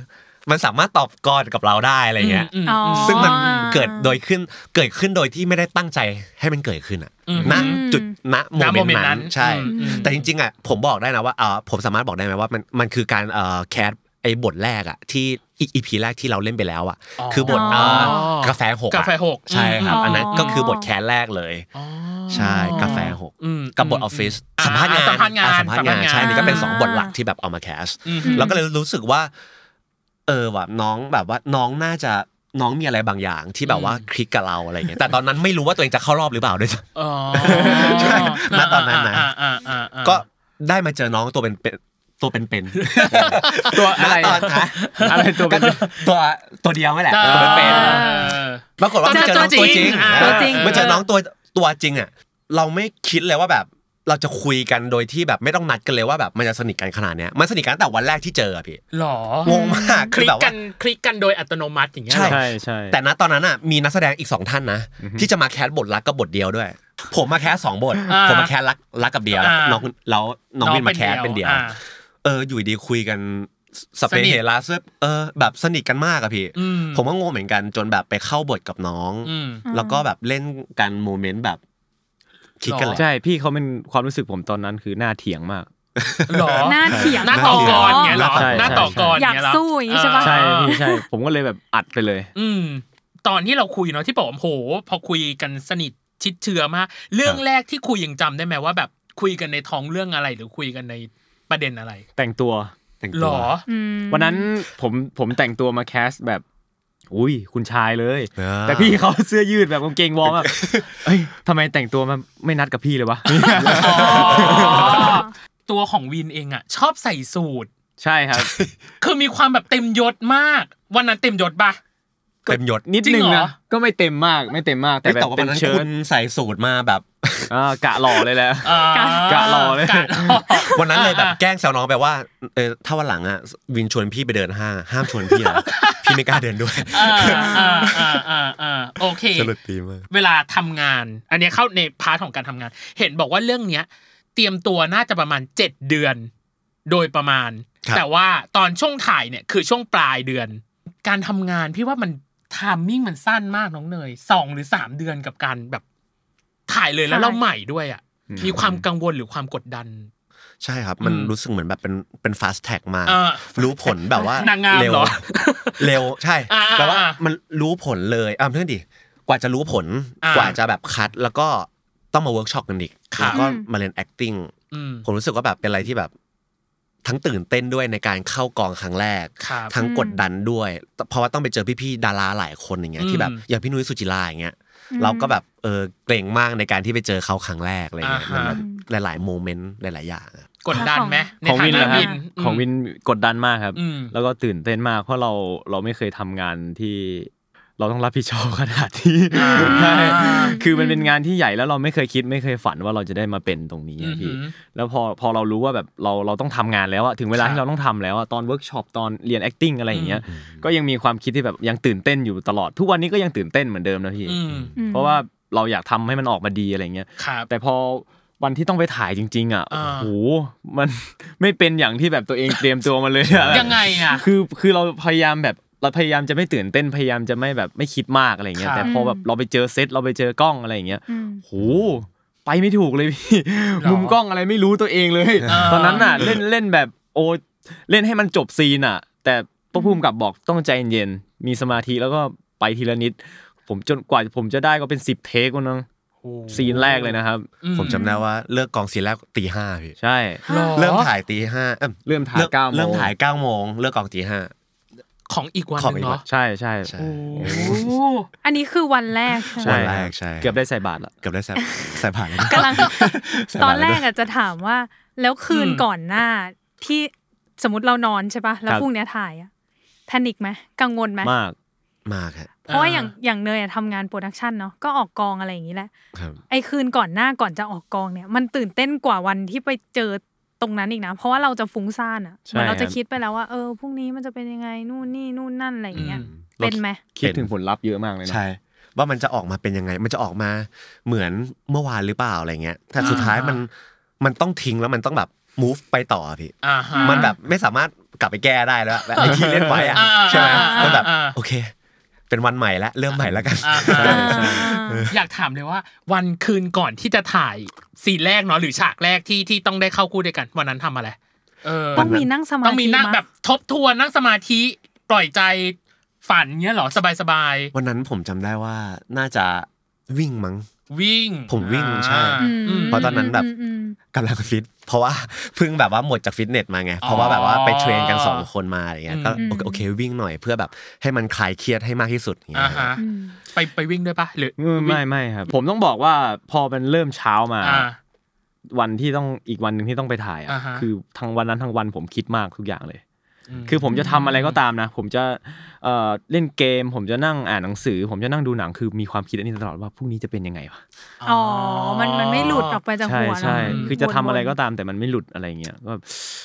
มันสามารถตอบกอนกับเราได้อะไรเงี้ย มม อ๋อ ซึ่งมันเกิด อ่า โดยขึ้นเกิดขึ้นโดยที่ไม่ได้ตั้งใจให้มันเกิดขึ้นอ่ะ อืม ณ อืม จุดณโม ณ เม โม น เมนต์ ต์ นั้ นั้นนใช่ อืม แต่จริงๆอ่ะผมบอกได้นะว่าเออผมสามารถบอกได้ไหมว่ามันมันคือการเอ่อแคสไอ้บทแรกอ่ะที่อีพีแรกที่เราเล่นไปแล้วอ่ะ คือบทเอ่อ อ๋อก าแฟหกอะ กาแฟหก ใช่ครับ อืม อันนั้น อ๋อ ก็คือบทแคสแรกเลย อ๋อ ใช่กาแฟหก อืม กับบทออฟฟิศ อ่า สัมภาษณ์งาน สัมภาษณ์งาน อ่สัมภาษณ์งาน สัมภาษณ์งาน ใช่นี่ก็เป็นสอง อ่า บทหลักที่แบบเอามาแคส อืม แล้วก็เลยรู้สึกว่า เออว่ะน้องแบบว่าน้องน่าจะน้องมีอะไรบางอย่างที่แบบว่า อืม คลิกกับเราอะไรอย่างเงี้ยแต่ตอนนั้นไม่รู้ว่าตัวเองจะเข้ารอบหรือเปล่าด้วยซ้ อ๋อ ใช่ณตอนนั้นนะ อ่าอ่าอ่าอ่า ำก็ได้มาเจอน้องตัวเป็นเป็นตัวเป็นเป็น ตัวอะไร ณตอนนะ อะไรตัวเป็น ตัวตัวเดียวไม่แหละตัวเป็นเป็น ปรากฏว่า ตอน ไม่เจอน้องตัวจริง อ่า เออ ตัวจริง ไม่เจอน้องตัวตัวจริงอ่ะเราไม่คิดเลยว่าแบบเราจะคุยกันโดยที่แบบไม่ต้องนัดกันเลยว่าแบบมันจะสนิทกันขนาดเนี้ยมันสนิทกันตั้งแต่วันแรกที่เจออะพี่ *laughs* หรอง งมาก คลิก แบบ กั ว่า นคลิกกันโดยอัตโนมัติอย่างเงี้ย ใช่ เหรอ ใช่ใช่ แต่ณตอนนั้นอ่ะมีนักแสดงอีกสองท่านนะ อือฮึ ที่จะมาแคสบทรักกับบทเดียวด้วย ผมมาแคสสองบท อ่า ผมมาแคสรักรักกับเดียว อ่า น้องแล้วน้องวินมาแคสเป็นเดียว อ่า เอออยู่ดีคุยกันสเป สนิ เฮ ท ลาเซเออแบบสนิทกันมากอะพี่ อืม ผมว่างงเหมือนกันจนแบบไปเข้าบทกับน้อง อืม แล้วก็แบบเล่นกันโมเมนต์แบบคิดกันแหละ ใช่พี่เขาเป็นความรู้สึกผมตอนนั้นคือหน้าเถียงมาก หรอ หน้าเถียง หน้าต่อกรเงี้ยเหรอ ใช่ใช่ หน้าต่อกร อยาก เงี้ยเหรอ สู้อย่างงี้ใช่ปะ ใช่พี่ใช่ ผมก็เลยแบบอัดไปเลย อืม ตอนที่เราคุยเนาะที่บอกว่าโห พอคุยกันสนิทชิดเชื้อมาก เรื่องแรกที่คุยยังจำได้ไหมว่าแบบคุยกันในท้องเรื่องอะไร หรือคุยกันในประเด็นอะไร แต่งตัว แต่ง หร ตัว อ อืม วันนั้นผมผมแต่งตัวมาแคสแบบ อุ้ยคุณชายเลย อ่า แต่พี่เขาเสื้อยืดแบบกางเกงวอร์ *laughs* มแบบเอ้ยทำไมแต่งตัวมาไม่นัดกับพี่เลยวะ ตัวของวินเองอ่ะ ชอบใส่สูท ใช่ครับ คือมีความแบบเต็มยศมาก วันนั้นเต็มยศปะ เต็มยศ นิด จริง นึง เหรอ นะก็ไม่เต็มมากไม่เต็มมาก แต่ แต่ แบ แต่ บ ว่า เป็ วัน น นั้น เชิ้ คุ ต ณใส่สูตรมาแบบ *laughs* อ่ากะหล่อเลยแหละ อ่าก ะรอเลย กะรอ วันนั้นเลยแบบ อ่ะ แกล้งแซวน้องไปว่าเออถ้าวันหลังอ่ะวินชวนพี่ไปเดินห้างอะห้ามชวนพี่ *laughs* นะพี่ไม่กล้าเดินด้วย อ่ะอ่ะอ่ะอ่ะอ่ะโอเค สลดตีมาก เวลาทำงาน อันเนี้ยเข้าในพาร์ทของการทำงาน เห็นบอกว่าเรื่องเนี้ย เตรียมตัวน่าจะประมาณ 7 เดือน โดยประมาณ ครับ แต่ว่าตอนช่วงถ่ายเนี่ยคือช่วงปลายเดือน การทำงานพี่ว่ามันไทามมิ่งมันสั้นมากน้องเนยสองหรือสามเดือนกับการแบบถ่ายเลยแล้ว ใช่ เราใหม่ด้วยอ่ะ อืม มีความกังวลหรือความกดดัน ใช่ครับ มัน อืม รู้สึกเหมือนแบบเป็นเป็นฟาสแท็กมาก เออ รู้ผลแบบว่าน างงาม เร็ว เหรอ เร็ว *laughs* ใช่ อ่า แปลว่า อ่า มันรู้ผลเลยอ่ะเพื่อนดิกว่าจะรู้ผล อ่าก ว่าจะแบบคัดแล้วก็ต้องมาเวิร์กช็อปกันอีก ครับ แล้วก็มาเรียน acting อืม ผมรู้สึกว่าแบบเป็นอะไรที่แบบ ทั้งตื่นเต้นด้วยในการเข้ากองครั้งแรก ครับ ทั้ง อืม กดดันด้วย เพราะว่าต้องไปเจอพี่ๆดาราหลายคนอย่างเงี้ยที่แบบ อืม อย่างพี่นุ้ยสุจิราอย่างเงี้ยเราก็แบบเออเกรงมากในการที่ไปเจอเขาครั้งแรกอะไรเงี้ย อ่า มัน ฮะ แบบหลายๆโมเมนต์หลายๆอย่างอะ กดดันไหมใน ของ ฐา วิน นะ นะครั วิ บ น ของวินกดดันมากครับ อืม แล้วก็ตื่นเต้นมาก เพราะเราเราไม่เคยทำงานที่เราต้องรับผิดชอบขนาดที่ อ่า *laughs* ใช่คือมันเป็นงานที่ใหญ่แล้วเราไม่เคยคิดไม่เคยฝันว่าเราจะได้มาเป็นตรงนี้ อื อะ ม พี่ อืม แล้วพอพอเรารู้ว่าแบบเราเราต้องทำงานแล้วอะถึงเวลา ครับ ที่เราต้องทำแล้วอะตอนเวิร์กช็อปตอนเรียน acting อะไรอย่างเงี้ย อืม ก็ยังมีความคิดที่แบบยังตื่นเต้นอยู่ตลอด ทุกวันนี้ก็ยังตื่นเต้นเหมือนเดิมนะพี่ อืม เพราะว่าเราอยากทำให้มันออกมาดีอะไรเงี้ย ครับ แต่พอวันที่ต้องไปถ่ายจริง ๆ อ่ะ อ่า โอ้โหมัน *laughs* ไม่เป็นอย่างที่แบบตัวเองเตรียมตัวมาเลยอะ ยังไงอ่ะ คือคือเราพยายามแบบเราพยายามจะไม่ตื่นเต้นพยายามจะไม่แบบไม่คิดมากอะไรเงี้ ค ย รับ แต่พอแบบเราไปเจอเซตเราไปเจอกล้องอะไรอย่างเงี้ย อืม โหไปไม่ถูกเลยพี่ หรอ มุมกล้องอะไรไม่รู้ตัวเองเลย อ่า ตอนนั้นน่ะ เล่นเล่นแบบโอเล่นให้มันจบซีนอ่ะ แต่พระภูมิกับบอกต้องใจเย็นมีสมาธิแล้วก็ไปทีละนิด ผมจนกว่าผมจะได้ก็เป็น10เทควันนึงซีนแรกเลยนะครับ อื ผมจำได้ว่าเลิกกองซีนแรกตีห้าพี่ ใช่ หรอ เริ่มถ่ายตีห้าเอิ่ม เริ่มถ่ายเก้าโมง เริ่มถ่ายเก้าโมงเลิกกองตีห้า ของอีกวันหของอีนึ่งกวั เนาะ น ใช่ใช่ ใช่ โอ้โห อันนี้คือวันแรกใช่ไหมวัใช่นแรครับ กใช่ เกือบได้ใส่บาทละ เกือบได้แซ่บแซ่บผ่านแล้ว กำลัง แสบ ตอ ผ่าน ล้ว แร ด้วย กอะจะถามว่าแล้วคืนก่อนหน้าที่สมมติเรานอนใช่ปะแล้วพรุ่งเนี้ยถ่ายอะแพนิคไหมกังวลไหม มาก มากครับ เพราะว่าอย่างอย่างเนยอะทำงานโปรดักชันเนาะก็ออกกองอะไรอย่างนี้แหละ ครับ ไอคืนก่อนหน้าก่อนจะออกกองเนี่ย มันตื่นเต้นกว่าวันที่ไปเจอตรงนั้นอีกนะ เพราะว่าเราจะฟุ้งซ่านอะ่ะ ใช่ เหมือนเราจะคิดไปแล้วว่าเออพรุ่งนี้มันจะเป็นยังไงนู่นนี่นู่นนั่นอะไรอย่างเงี้ย อืม เป็นไหม คิดถึงผลลัพธ์เยอะมากเลยนะ ใช่ ว่ามันจะออกมาเป็นยังไง มันจะออกมาเหมือนเมื่อวานหรือเปล่าอะไรเงี้ยแต่สุดท้ายมันมันต้องทิ้งแล้วมันต้องแบบ move ไปต่ออะพี่ อ่าฮะ มันแบบไม่สามารถกลับไปแก้ได้แล้วอะแบบไอ้ที่เล่นไว้อะ อ่า ใช่ไหม อ่าอ่า มันแบบ อ่า โอเค เป็นวันใหม่แล้วเริ่มใหม่แล้วกัน อ่าอฮะ่า อยากถามเลยว่า วันคืนก่อนที่จะถ่ายซีนแรกเนาะหรือฉากแรกที่ที่ต้องได้เข้าคู่ด้วยกัน วันนั้นทำอะไรเออ ต้องมีนั่งสมาธิ ต้องมีนั่งแบบทบทวนนั่งสมาธิปล่อยใจฝันเงี้ยเหรอสบายสบาย วันนั้นผมจำได้ว่าน่าจะวิ่งมั้ง ๆวิ่ง ผมวิ่งใช่ อ่าอืม เพราะตอนนั้นแบบ มอืม กำลังฟิต เพราะว่า *laughs* เพิ่งแบบว่าหมดจากฟิตเนสมาไง เพราะว่าแบบว่าไปเทรนกันสองคนมาอะไรเงี้ย ก็ อืม โอเคโอเควิ่งหน่อยเพื่อแบบให้มันคลายเครียดให้มากที่สุดอย่างเงี้ อ่าย ฮะ อืม ไปไปวิ่งด้วยปะหรือ ไม่ไม่ไม่ครับ ผมต้องบอกว่าพอมันเริ่มเช้ามา อ่า วันที่ต้องอีกวันหนึ่งที่ต้องไปถ่ายอ่ะ อ่าฮะ คือทั้งวันนั้นทั้งวันผมคิดมากทุกอย่างเลย คือผมจะทำอะไรก็ตามนะ ผมจะเอ่อเล่นเกม ผมจะนั่งอ่านหนังสือ ผมจะนั่งดูหนังคือมีความคิดอันนี้ตลอดว่าพรุ่งนี้จะเป็นยังไงวะ อ๋อมันมันไม่หลุดออกไปจาก ใช่ หัว ใช่ เน คือจะทำอะไรก็ตามแต่มันไม่หลุดอะไรเงี้ยก็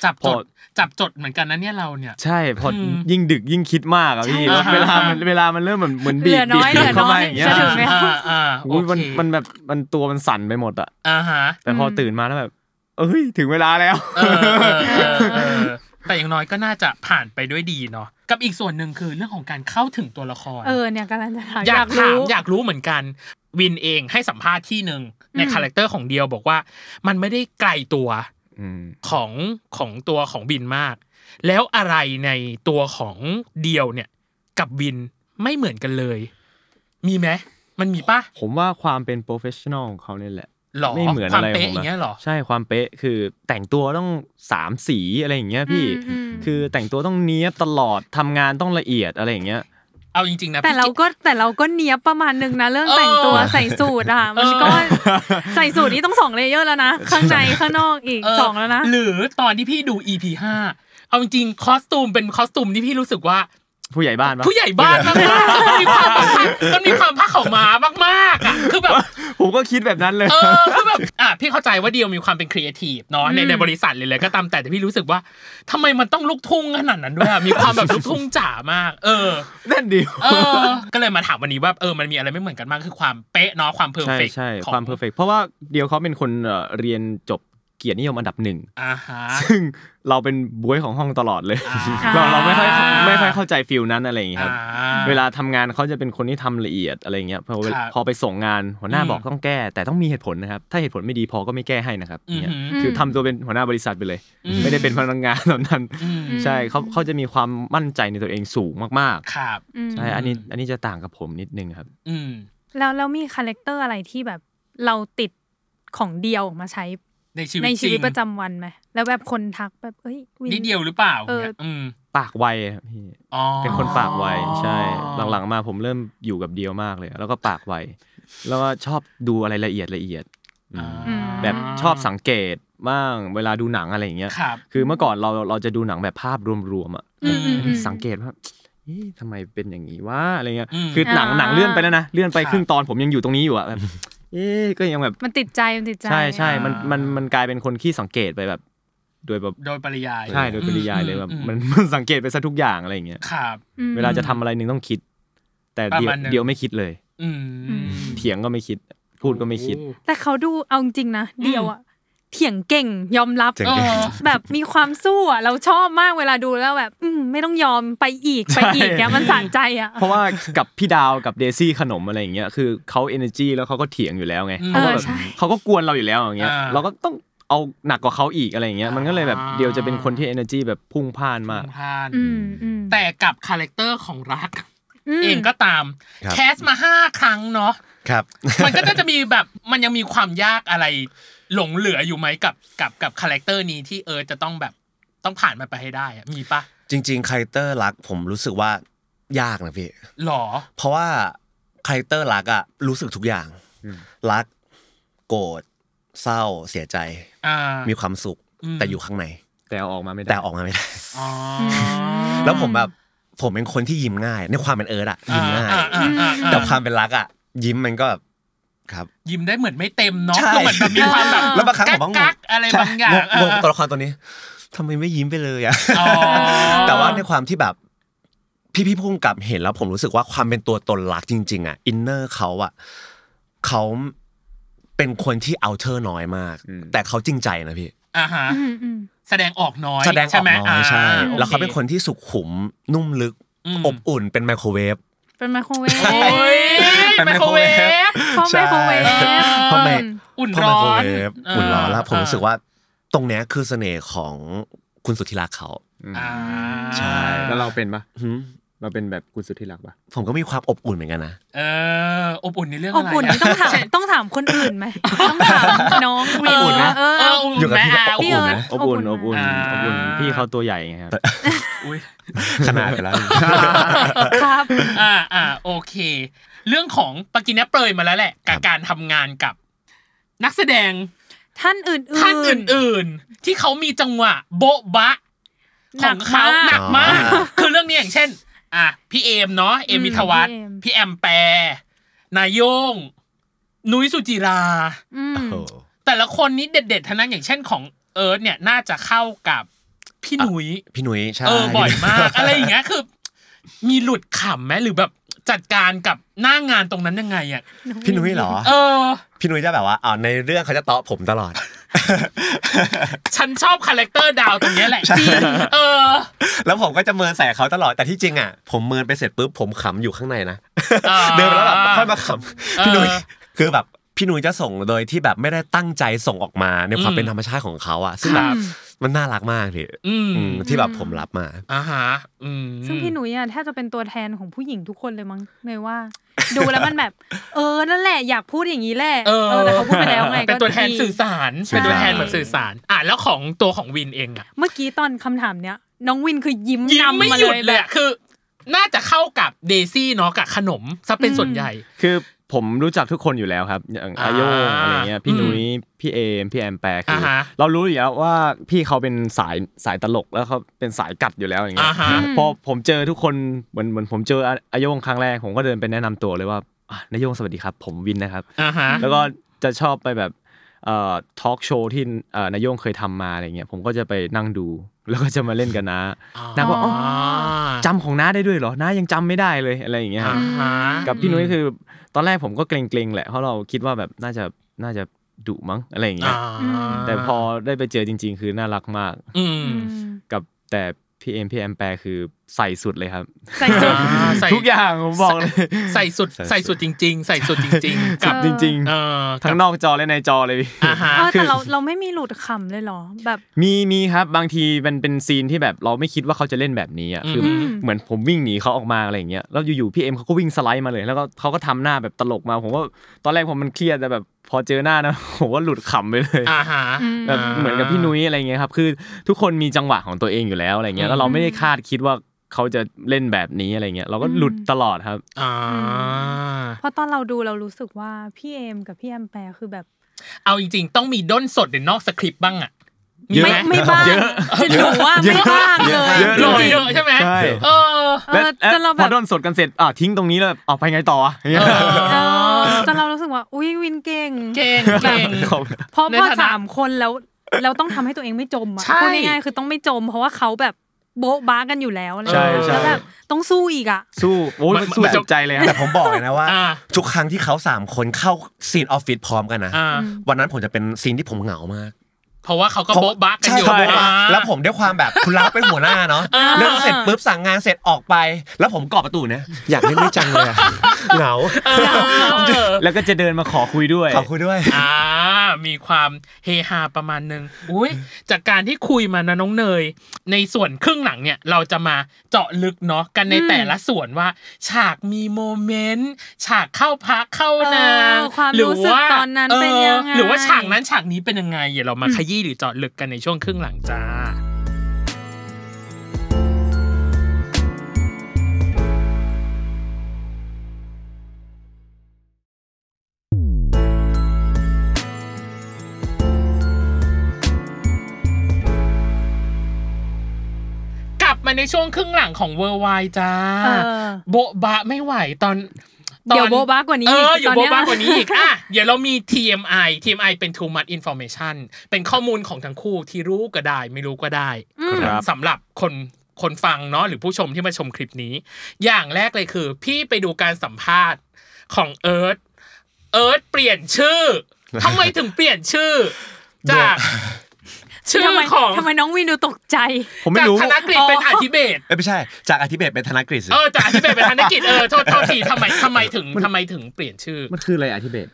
จับ พ จ อ ดจับจดเหมือนกันนะเนี่ยเราเนี่ย ใช่พออ ม ยิ่งดึกยิ่งคิดมากอะพี่ ใช่ แล้วเวลามัน อ่าฮะ เวลามันเริ่มเหมือนเหมือนบี เหลืบอน้อย บี เห บ ลือ เข้า น้อ มาย อย่างเงี้ย จะถึงไหม อ่าอ่าโอ อุ๊ย เค มันมันแบบมันตัวมันสั่นไปหมดอะ อ่าฮะ แต่พอตื่นมาแล้วแบบ เอ้ยถึงเวลาแล้ว เออเออเออแต่อย่างน้อยก็น่าจะผ่านไปด้วยดีเนาะกับอีกส่วนหนึ่งคือเรื่องของการเข้าถึงตัวละคร เออเนี่ยกำลังจะถาม อยากถาม รู้ อยากรู้เหมือนกัน วินเองให้สัมภาษณ์ที่หนึ่งใน อืม คาแรคเตอร์ของเดียวบอกว่า มันไม่ได้ไกลตัว อืม ของของตัวของบินมาก แล้วอะไรในตัวของเดียวเนี่ย กับบินไม่เหมือนกันเลย มีไหมมันมีปะ ผมว่าความเป็นโปรเฟชชั่นอลของเขาเนี่ยแหละ หรอ ไม่เหมือน ความ อะไร เป๊ะ ผม อ อะ ย่างเงี้ยหรอ ใช่ความเป๊ะคือแต่งตัวต้องสามสีอะไรอย่างเงี้ยพี่ อืมอืม คือแต่งตัวต้องเนี้ยบตลอดทำงานต้องละเอียดอะไรอย่างเงี้ย เอาจริงๆนะ แต่ พี่ เราก็แต่เราก็เนียบประมาณหนึ่งนะ เรื่องแต่งตัว เออ ใส่สูทอ่ะมันก็ เออ ใส่สูทนี่ต้องสองเลเยอร์แล้วนะ ข้างในข้างนอกอีก เออ สองแล้วนะ หรือตอนที่พี่ดู EP ห้าเอาจริงๆคอสตูมเป็นคอสตูมที่พี่รู้สึกว่า ผู้ใหญ่บ้านปะ ผู้ใหญ่บ้านมากๆมันมีความแบบมันมีความผ้าขาวม้ามากๆอ่ะคือแบบ ผมก็คิดแบบนั้นเลย เออคือแบบอ่ะพี่เข้าใจว่าเดียวมีความเป็นครีเอทีฟเนาะใน อืม ในบริษัทเลยเลยก็ตามแต่แต่พี่รู้สึกว่าทำไมมันต้องลูกทุ่งขนาดนั้นด้วยอ่ะมีความแบบลูกทุ่งจ๋ามาก เออ นั่นดี เออ ก็เลยมาถามวันนี้ว่าเออมันมีอะไรไม่เหมือนกันบ้างคือความเป๊ะเนาะความเพอร์ ใช่ เฟก ใช่ความเพอร์เฟกเพราะว่าเดียวเขาเป็นคนเอ่อเรียนจบเกียรตินิยมอันดับหนึ่ง อ่าฮะ ซึ่งเราเป็นบวยของห้องตลอดเลย อ่า เราเราไม่ค่อยไม่ค่อยเข้าใจฟิลนั้นอะไรอย่างเงี้ย อ่า ครับ เวลาทำงานเขาจะเป็นคนที่ทำละเอียดอะไรเงี้ยพอเวคลารับ พอไปส่งงานหัวหน้า อืม บอกต้องแก้ แต่ต้องมีเหตุผลนะครับ ถ้าเหตุผลไม่ดีพอก็ไม่แก้ให้นะครับ อือหือ เนี่ยคือทำตัวเป็นหัวหน้าบริษัทไปเลย อืม ไม่ได้เป็นพนักงานตอนนั้น อืม ใช่เขาเขาจะมีความมั่นใจในตัวเองสูงมาก ครับ อืม ๆใช่อันนี้อันนี้จะต่างกับผมนิดนึงครับ อืม แล้วแล้วมีคาแรคเตอร์อะไรที่แบบเราติดของเดียวมาใช้ ในชีวิต ในชีวิต จง ประจำวันไหมแล้วแบบคนทักแบบเอ้ยวิน นิดเดียวหรือเปล่า เออ เนี่ยอืม ปากไวครับพี่ อ๋อ เป็นคนปากไวใช่ หลังๆมาผมเริ่มอยู่กับเดียวมากเลย แล้วก็ปากไวแล้วก็ชอบดูอะไรละเอียดละเอียดอื อ่าม แบบชอบสังเกตบ้างเวลาดูหนังอะไรอย่างเงี้ย ครับ คือเมื่อก่อนเราเราจะดูหนังแบบภาพรวมๆอ่ะ อืมอืมอืม สังเกตว่าเอ๊ะทำไมเป็นอย่างนี้วะอะไรเงี้ย อืม คือหนัง อ่า หนังเลื่อนไปแล้วนะ เลื่อนไป ครับ ครึ่งตอนผมยังอยู่ตรงนี้อยู่อ่ะแบบ เอ๊ะก็ยังแบบ มันติดใจมันติดใจ ใช่ใช่ อ่ามั มันมันมันกลายเป็นคนขี้สังเกตไปแบบ โดยแบบ โดยปริยาย ใช่โดยปริยายเลย อื แบบ อื มันมันสังเกตไปซะทุกอย่างอะไรเงี้ย ครับ อืม เวลาจะทำอะไรหนึ่งต้องคิด แต่ ประ เดียว มาณหนึ่ง เดียวไม่คิดเลย อืม อืม เถียงก็ไม่คิด พูดก็ไม่คิด แต่เขาดูเอาจริงๆนะเดียวอะเถียงเก่งยอมรับ เถียงเก่ง เออ แบบมีความสู้อ่ะเราชอบมากเวลาดูแล้วแบบอืมไม่ต้องยอมไปอีกไปอีก ใช่ เนี่ยมันสะใจอ่ะ เพราะว่ากับพี่ดาวกับเดซี่ขนมอะไรอย่างเงี้ยคือเขา energy แล้วเขาก็เถียงอยู่แล้วไง อืม เขาก็เอแบอบ ใช่ เขาก็กวนเราอยู่แล้วอย่างเงี้ย อ่า เราก็ต้องเอาหนักกว่าเขาอีกอะไรอย่างเงี้ยมันก็เลยแบบ อ่า เดียวจะเป็นคนที่ energy แบบพุ่งพ่านมาก พาน อืมอืม แต่กับคาแรคเตอร์ของรัก ม เองก็ตาม ครับ แคสมาห้าครั้งเนาะ *laughs* ครับ มันก็จะมีแบบมันยังมีความยากอะไร หลงเหลืออยู่ไหมกับกับกับคาแรคเตอร์นี้ที่เออจะต้องแบบต้องผ่านมันไปให้ได้อะมีปะ จริงๆคาแรคเตอร์รักผมรู้สึกว่ายากนะพี่ หรอ เพราะว่าคาแรคเตอร์รักอะรู้สึกทุกอย่าง อืม รัก โกรธเศร้าเสียใจ อ่า มีความสุข อืม แต่อยู่ข้างใน แต่เอาออกมาไม่ได้ แต่ออกมาไม่ได้ อ๋อ อืม แล้วผมแบบ ผมเป็นคนที่ยิ้มง่าย ในความเป็นเอิร์ดอะยิ้มง่าย อ่อ่อ่าอ่า แต่ความเป็นรักอะยิ้มมันก็แบบครับ ยิ้มได้เหมือนไม่เต็มเนาะ ใช่ ก็เหมือนแบบมีความแบบ แล้วบางครั้งผมก็งง กักๆอะไรบางอย่าง ใช่งงตัวละครตัวนี้ทำไมไม่ยิ้มไปเลยอะ อ๋อ แต่ว่าในความที่แบบพี่พี่พุ่งกับเห็นแล้ว ผมรู้สึกว่าความเป็นตัวตนรักจริง ๆอ่ะอินเนอร์เขาอ่ะเขาเป็นคนที่เอาเธอน้อยมาก อืม แต่เขาจริงใจนะพี่ อ่าฮะ อืมอืม แสดงออกน้อย แสดงออก ใช่ไหม น้อยใช่ อ่โอ แล้วเขาเป็นคนที่สุขุมนุ่มลึก อืม อบอุ่นเป็นไมโครเวฟ เป็นไมโครเวฟ โอ้ย เป็น ไม ไมโคโคร ร เว เวฟ ฟ เพราะไมโครเวฟ ใช่ เพราะไม อุ่น เพราะไม ร้อ โคร น เวฟอุ่นร้อนแล้วผมรู้สึกว่าตรงเนี้ยคือเสน่ห์ของคุณสุทธิรักเขา อ่า ใช่ แล้วเราเป็นปะ หืม เราเป็นแบบคุณสุดที่รักปะ ผมก็มีความอบอุ่นเหมือนกันนะ เอออบอุ่นในเรื่อง อ อะ บ ไระ อุ่นนี่ต้องถามต้องถามคนอื่นไหมต้องถามน้องวี เออ ว่าเอ เอ อ ออบ อยู่ อุ่กันบ ไหม พี่ก็ อ่ะ อบอุ่นนะ เออ อบอุ่นอบอุ่น อ่า อบอุ่นพี่เขาตัวใหญ่ไงครับ อุ๊ย ขนาดไปแล้ว ครับ อ่าอ่าโอเค เรื่องของปากินเนยเปรยมาแล้วแหละกับการทำงานกับ นักแสดง ท่านอื่นๆ ท่านอื่น ๆ ที่เขามีจังหวะ โบ๊ะบะ ห ข นั อก งเขา มาก หนักมาก อ๋อ คือเรื่องนี้อย่างเช่น อ่ะพี่เอมเนาะเอมมิทวัฒน์ อืมพี่ พี่ เอ แอ ม มแปรนายโยง นุ้ยสุจิรา อืม โอ้ แต่ละคนนี้เด็ดๆทั้งนั้นอย่างเช่นของเอิร์ธเนี่ยน่าจะเข้ากับพี่หนุย พี่หนุ้ยใช่ เออบ่อยมาก อะไรอย่างเงี้ยคือ มีหลุดขำไหมหรือแบบจัดการกับหน้างานตรงนั้นยังไงอ่ะ พี่หนุ้ยเหรอ เออ พี่นุ้ยจะแบบว่าอ๋อในเรื่องเขาจะเตาะผมตลอด ฉันชอบคาแรคเตอร์ดาวตรงเนี้ยแหละจริงเออ แล้วผมก็จะเมินใส่เขาตลอด แต่ที่จริงอ่ะ ผมเมินไปเสร็จปุ๊บผมขำอยู่ข้างในนะ อ่า เดินไปแล้วแบบค่อยมาข เอำอพี่นุ้ยคือแบบพี่นุ้ยจะส่งโดยที่แบบไม่ได้ตั้งใจส่งออกมาในความ อืม เป็นธรรมชาติของเขาอ่ะ ซึ่งแบบมันน่ารักมากพี่ อืม อืมที่แบบผมรับมา อ่าฮะอืม ซึ่งพี่หนุ่ยอ่ะแทบจะเป็นตัวแทนของผู้หญิงทุกคนเลยมั้งเลยว่า ดูแล้วมันแบบ *laughs* เออนั่นแหละอยากพูดอย่างนี้แหละ เออ แต่เขาพูดไปแล้วไง *laughs* เป็น ก็ ตัวแทน ดี สื่อสาร ใช่ เป็นตัวแทนแบบสื่อสาร อ่ะแล้วของตัวของวินเองอ่ะ เมื่อกี้ตอนคำถามเนี้ยน้องวินคือยิ้ม ยิ้มไม่ นำมา หยุด เลย เล แบ ย บ อะคือ น่าจะเข้ากับเดซี่เนาะกับขนมซะเป็นส่วนใหญ่ *laughs* คือผมรู้จักทุกคนอยู่แล้วครับ อย่าง อ่า อาโยงอะไรเงี้ยพี่ อืม หนุ้ยพี่เอมพี่แอมแปรคือา ฮะ เรารู้อยู่แล้วว่าพี่เขาเป็นสายสายตลกแล้วเขาเป็นสายกัดอยู่แล้วอย่างเงี้ย อ่าฮะ พอผมเจอทุกคนเหมือนเหมือนผมเจออาโยงครั้งแรกผมก็เดินไปแนะนำตัวเลยว่าอ่ะนายโยงสวัสดีครับ ผมวินนะครับ อ่าฮะ แล้วก็จะชอบไปแบบเอ่อทอล์กโชว์ที่เอ่อนายโยงเคยทำมาอะไรเงี้ยผมก็จะไปนั่งดู แล้วก็จะมาเล่นกันนะ นางบอกอ๋อ จำของน้าได้ด้วยเหรอน้ายังจำไม่ได้เลยอะไรอย่างเงี้ยครับ อ่าฮะ กับพี่นุ้ยคือตอนแรกผมก็เกรงๆแหละเพราะเราคิดว่าแบบน่าจะน่าจะดุมั้งอะไรอย่างเงี้ อ่าย แต่พอได้ไปเจอจริง ๆ คือน่ารักมาก อืม กับแต่พี่เอ็มพี่แอมแปรคือใส่สุดเลยครับ ใส่สุด อ่าใส่ ทุกอย่างผมบอกเลย ใส่สุดใส่สุดจริง ๆ ใส่สุดจริง ๆ กับ เออ จริง เออ ๆ ทั้งนอกจอและในจอเลยพี่ อ่าฮะ เออแต่เราเราไม่มีหลุดขำเลยเหรอแบบ มีมีครับบางทีมันเป็นซีนที่แบบเราไม่คิดว่าเขาจะเล่นแบบนี้อ่ะคืออ ม เหมือนผมวิ่งหนีเขาออกมาอะไรอย่างเงี้ยแล้วอยู่ๆพี่เอ็มเขาก็วิ่งสไลด์มาเลย แล้วก็เขาก็ทำหน้าแบบตลกมา ผมก็ตอนแรกผมมันเครียดแต่แบบ พอเจอหน้านะ *laughs* ผมก็หลุดขำไปเลย อ่าฮะ แบบเหมือนกับพี่นุ้ยอะไรเงี้ยครับคือทุกคนมีจังหวะของตัวเองอยู่แล้วอะไรเงี้ยแล้วเราไม่ได้คาดคิดว่าเขาจะเล่นแบบนี้อะไรเงี้ย เราก็หลุดตลอดครับ อ่า เพราะตอนเราดูเรารู้สึกว่าพี่เอมกับพี่แอมแปรคือแบบ เอาจริง ๆ ต้องมีด้นสดหรือนอกสคริปต์บ้างอ่ะมีไหม ไม่ไม่บ้าง เยอะ จะหนูว่า เยอะ ไม่บ้างเลย เยอะ ห เล ล่อย เยอะใช่ไหม ใช่ เออ เออจนเรา พ แบ อบ โดนสดกันเสร็จอ่ะทิ้งตรงนี้แล้วเอาไปไงต่อเงี้ย เออจนเรารู้สึกว่า อุ้ยวินเก่ง เก่งเก่ง เพราะ ใน พอ ฐานะ สามคนแล้วเราต้องทำให้ตัวเองไม่จมอ่ะ ใช่ พูดง่ายๆคือต้องไม่จม เพราะว่าเขาแบบโบ๊ะบ้ากันอยู่แล้วอะไรอย่างเงี้ย ใช่ แล้วแบบต้องสู้อีกอ่ะ สู้โอ้ยสู้จับใจเลยค แต่ รับ ผมบอกเลยนะว่า อ่า ทุกครั้งที่เขาสามคนเข้าซีนออฟฟิศพร้อมกันนะ อ่า วันนั้นผมจะเป็นซีนที่ผมเหงามาก เพราะว่าเขาก็โบ๊ะบ้ากัน ใช่ อยู่ ผมโบ๊ะ อ่า บะแล้วผมด้วยความแบบ *laughs* คุณรักเป็นหัวหน้าเนาะเรื่องเสร็จปุ๊บสั่งงานเสร็จออกไป แล้วผมก่อประตูเนี่ย *laughs* อยากเล่นด้วยจังเลยอะเหงา แล้วก็จะเดินมาขอคุยด้วย ขอบคุณด้วย อ่ามีความเฮฮาประมาณหนึ่งอุ้ยจากการที่คุยมานะน้องเนย ในส่วนครึ่งหลังเนี่ย เราจะมาเจาะลึกเนาะกันใน อืม แต่ละส่วนว่า ฉากมีโมเมนต์ฉากเข้าพักเข้านาง เออความรู้สึกตอนนั้นเป็นยังไง หรือว่าฉากนั้นฉากนี้เป็นยังไงอย่าเรามาขยี้หรือเจาะลึกกันในช่วงครึ่งหลังจ้า กลับ มาในช่วงครึ่งหลังของเวอร์ไวจ้า เออ โบะบะไม่ไหวตอนตอน เดี๋ยวโบ๊ะบ้ากว่านี้ เอ อีก อเดี๋ยว ตอน โบะ เนี้ย บ้ากว่านี้ *laughs* อีกอ่ะเดี๋ยวเรามี TMI TMI เป็น too much information เป็นข้อมูลของทั้งคู่ที่รู้ก็ได้ ไม่รู้ก็ได้ อืม ครับ สำหรับคนคนฟังเนาะหรือผู้ชมที่มาชมคลิปนี้ อย่างแรกเลยคือ พี่ไปดูการสัมภาษณ์ของเอิร์ธเอิร์ธเปลี่ยน *laughs* ชื่อทำไมถึงเปลี่ยนชื่อ จากชื่อ ทำไม ของ ทำไมน้องวินดูตกใจ ผมไม่รู้ จากธนกฤษเป็นอธิเบศ เอ้ยไม่ใช่ จากอธิเบตเป็นธนกฤษสิ เออจากอธิเบศเป็นธนกฤษเออโทษโทษทีทำไมทำไมถึงทำไมถึงเปลี่ยนชื่อ มันคืออะไรอธิเบต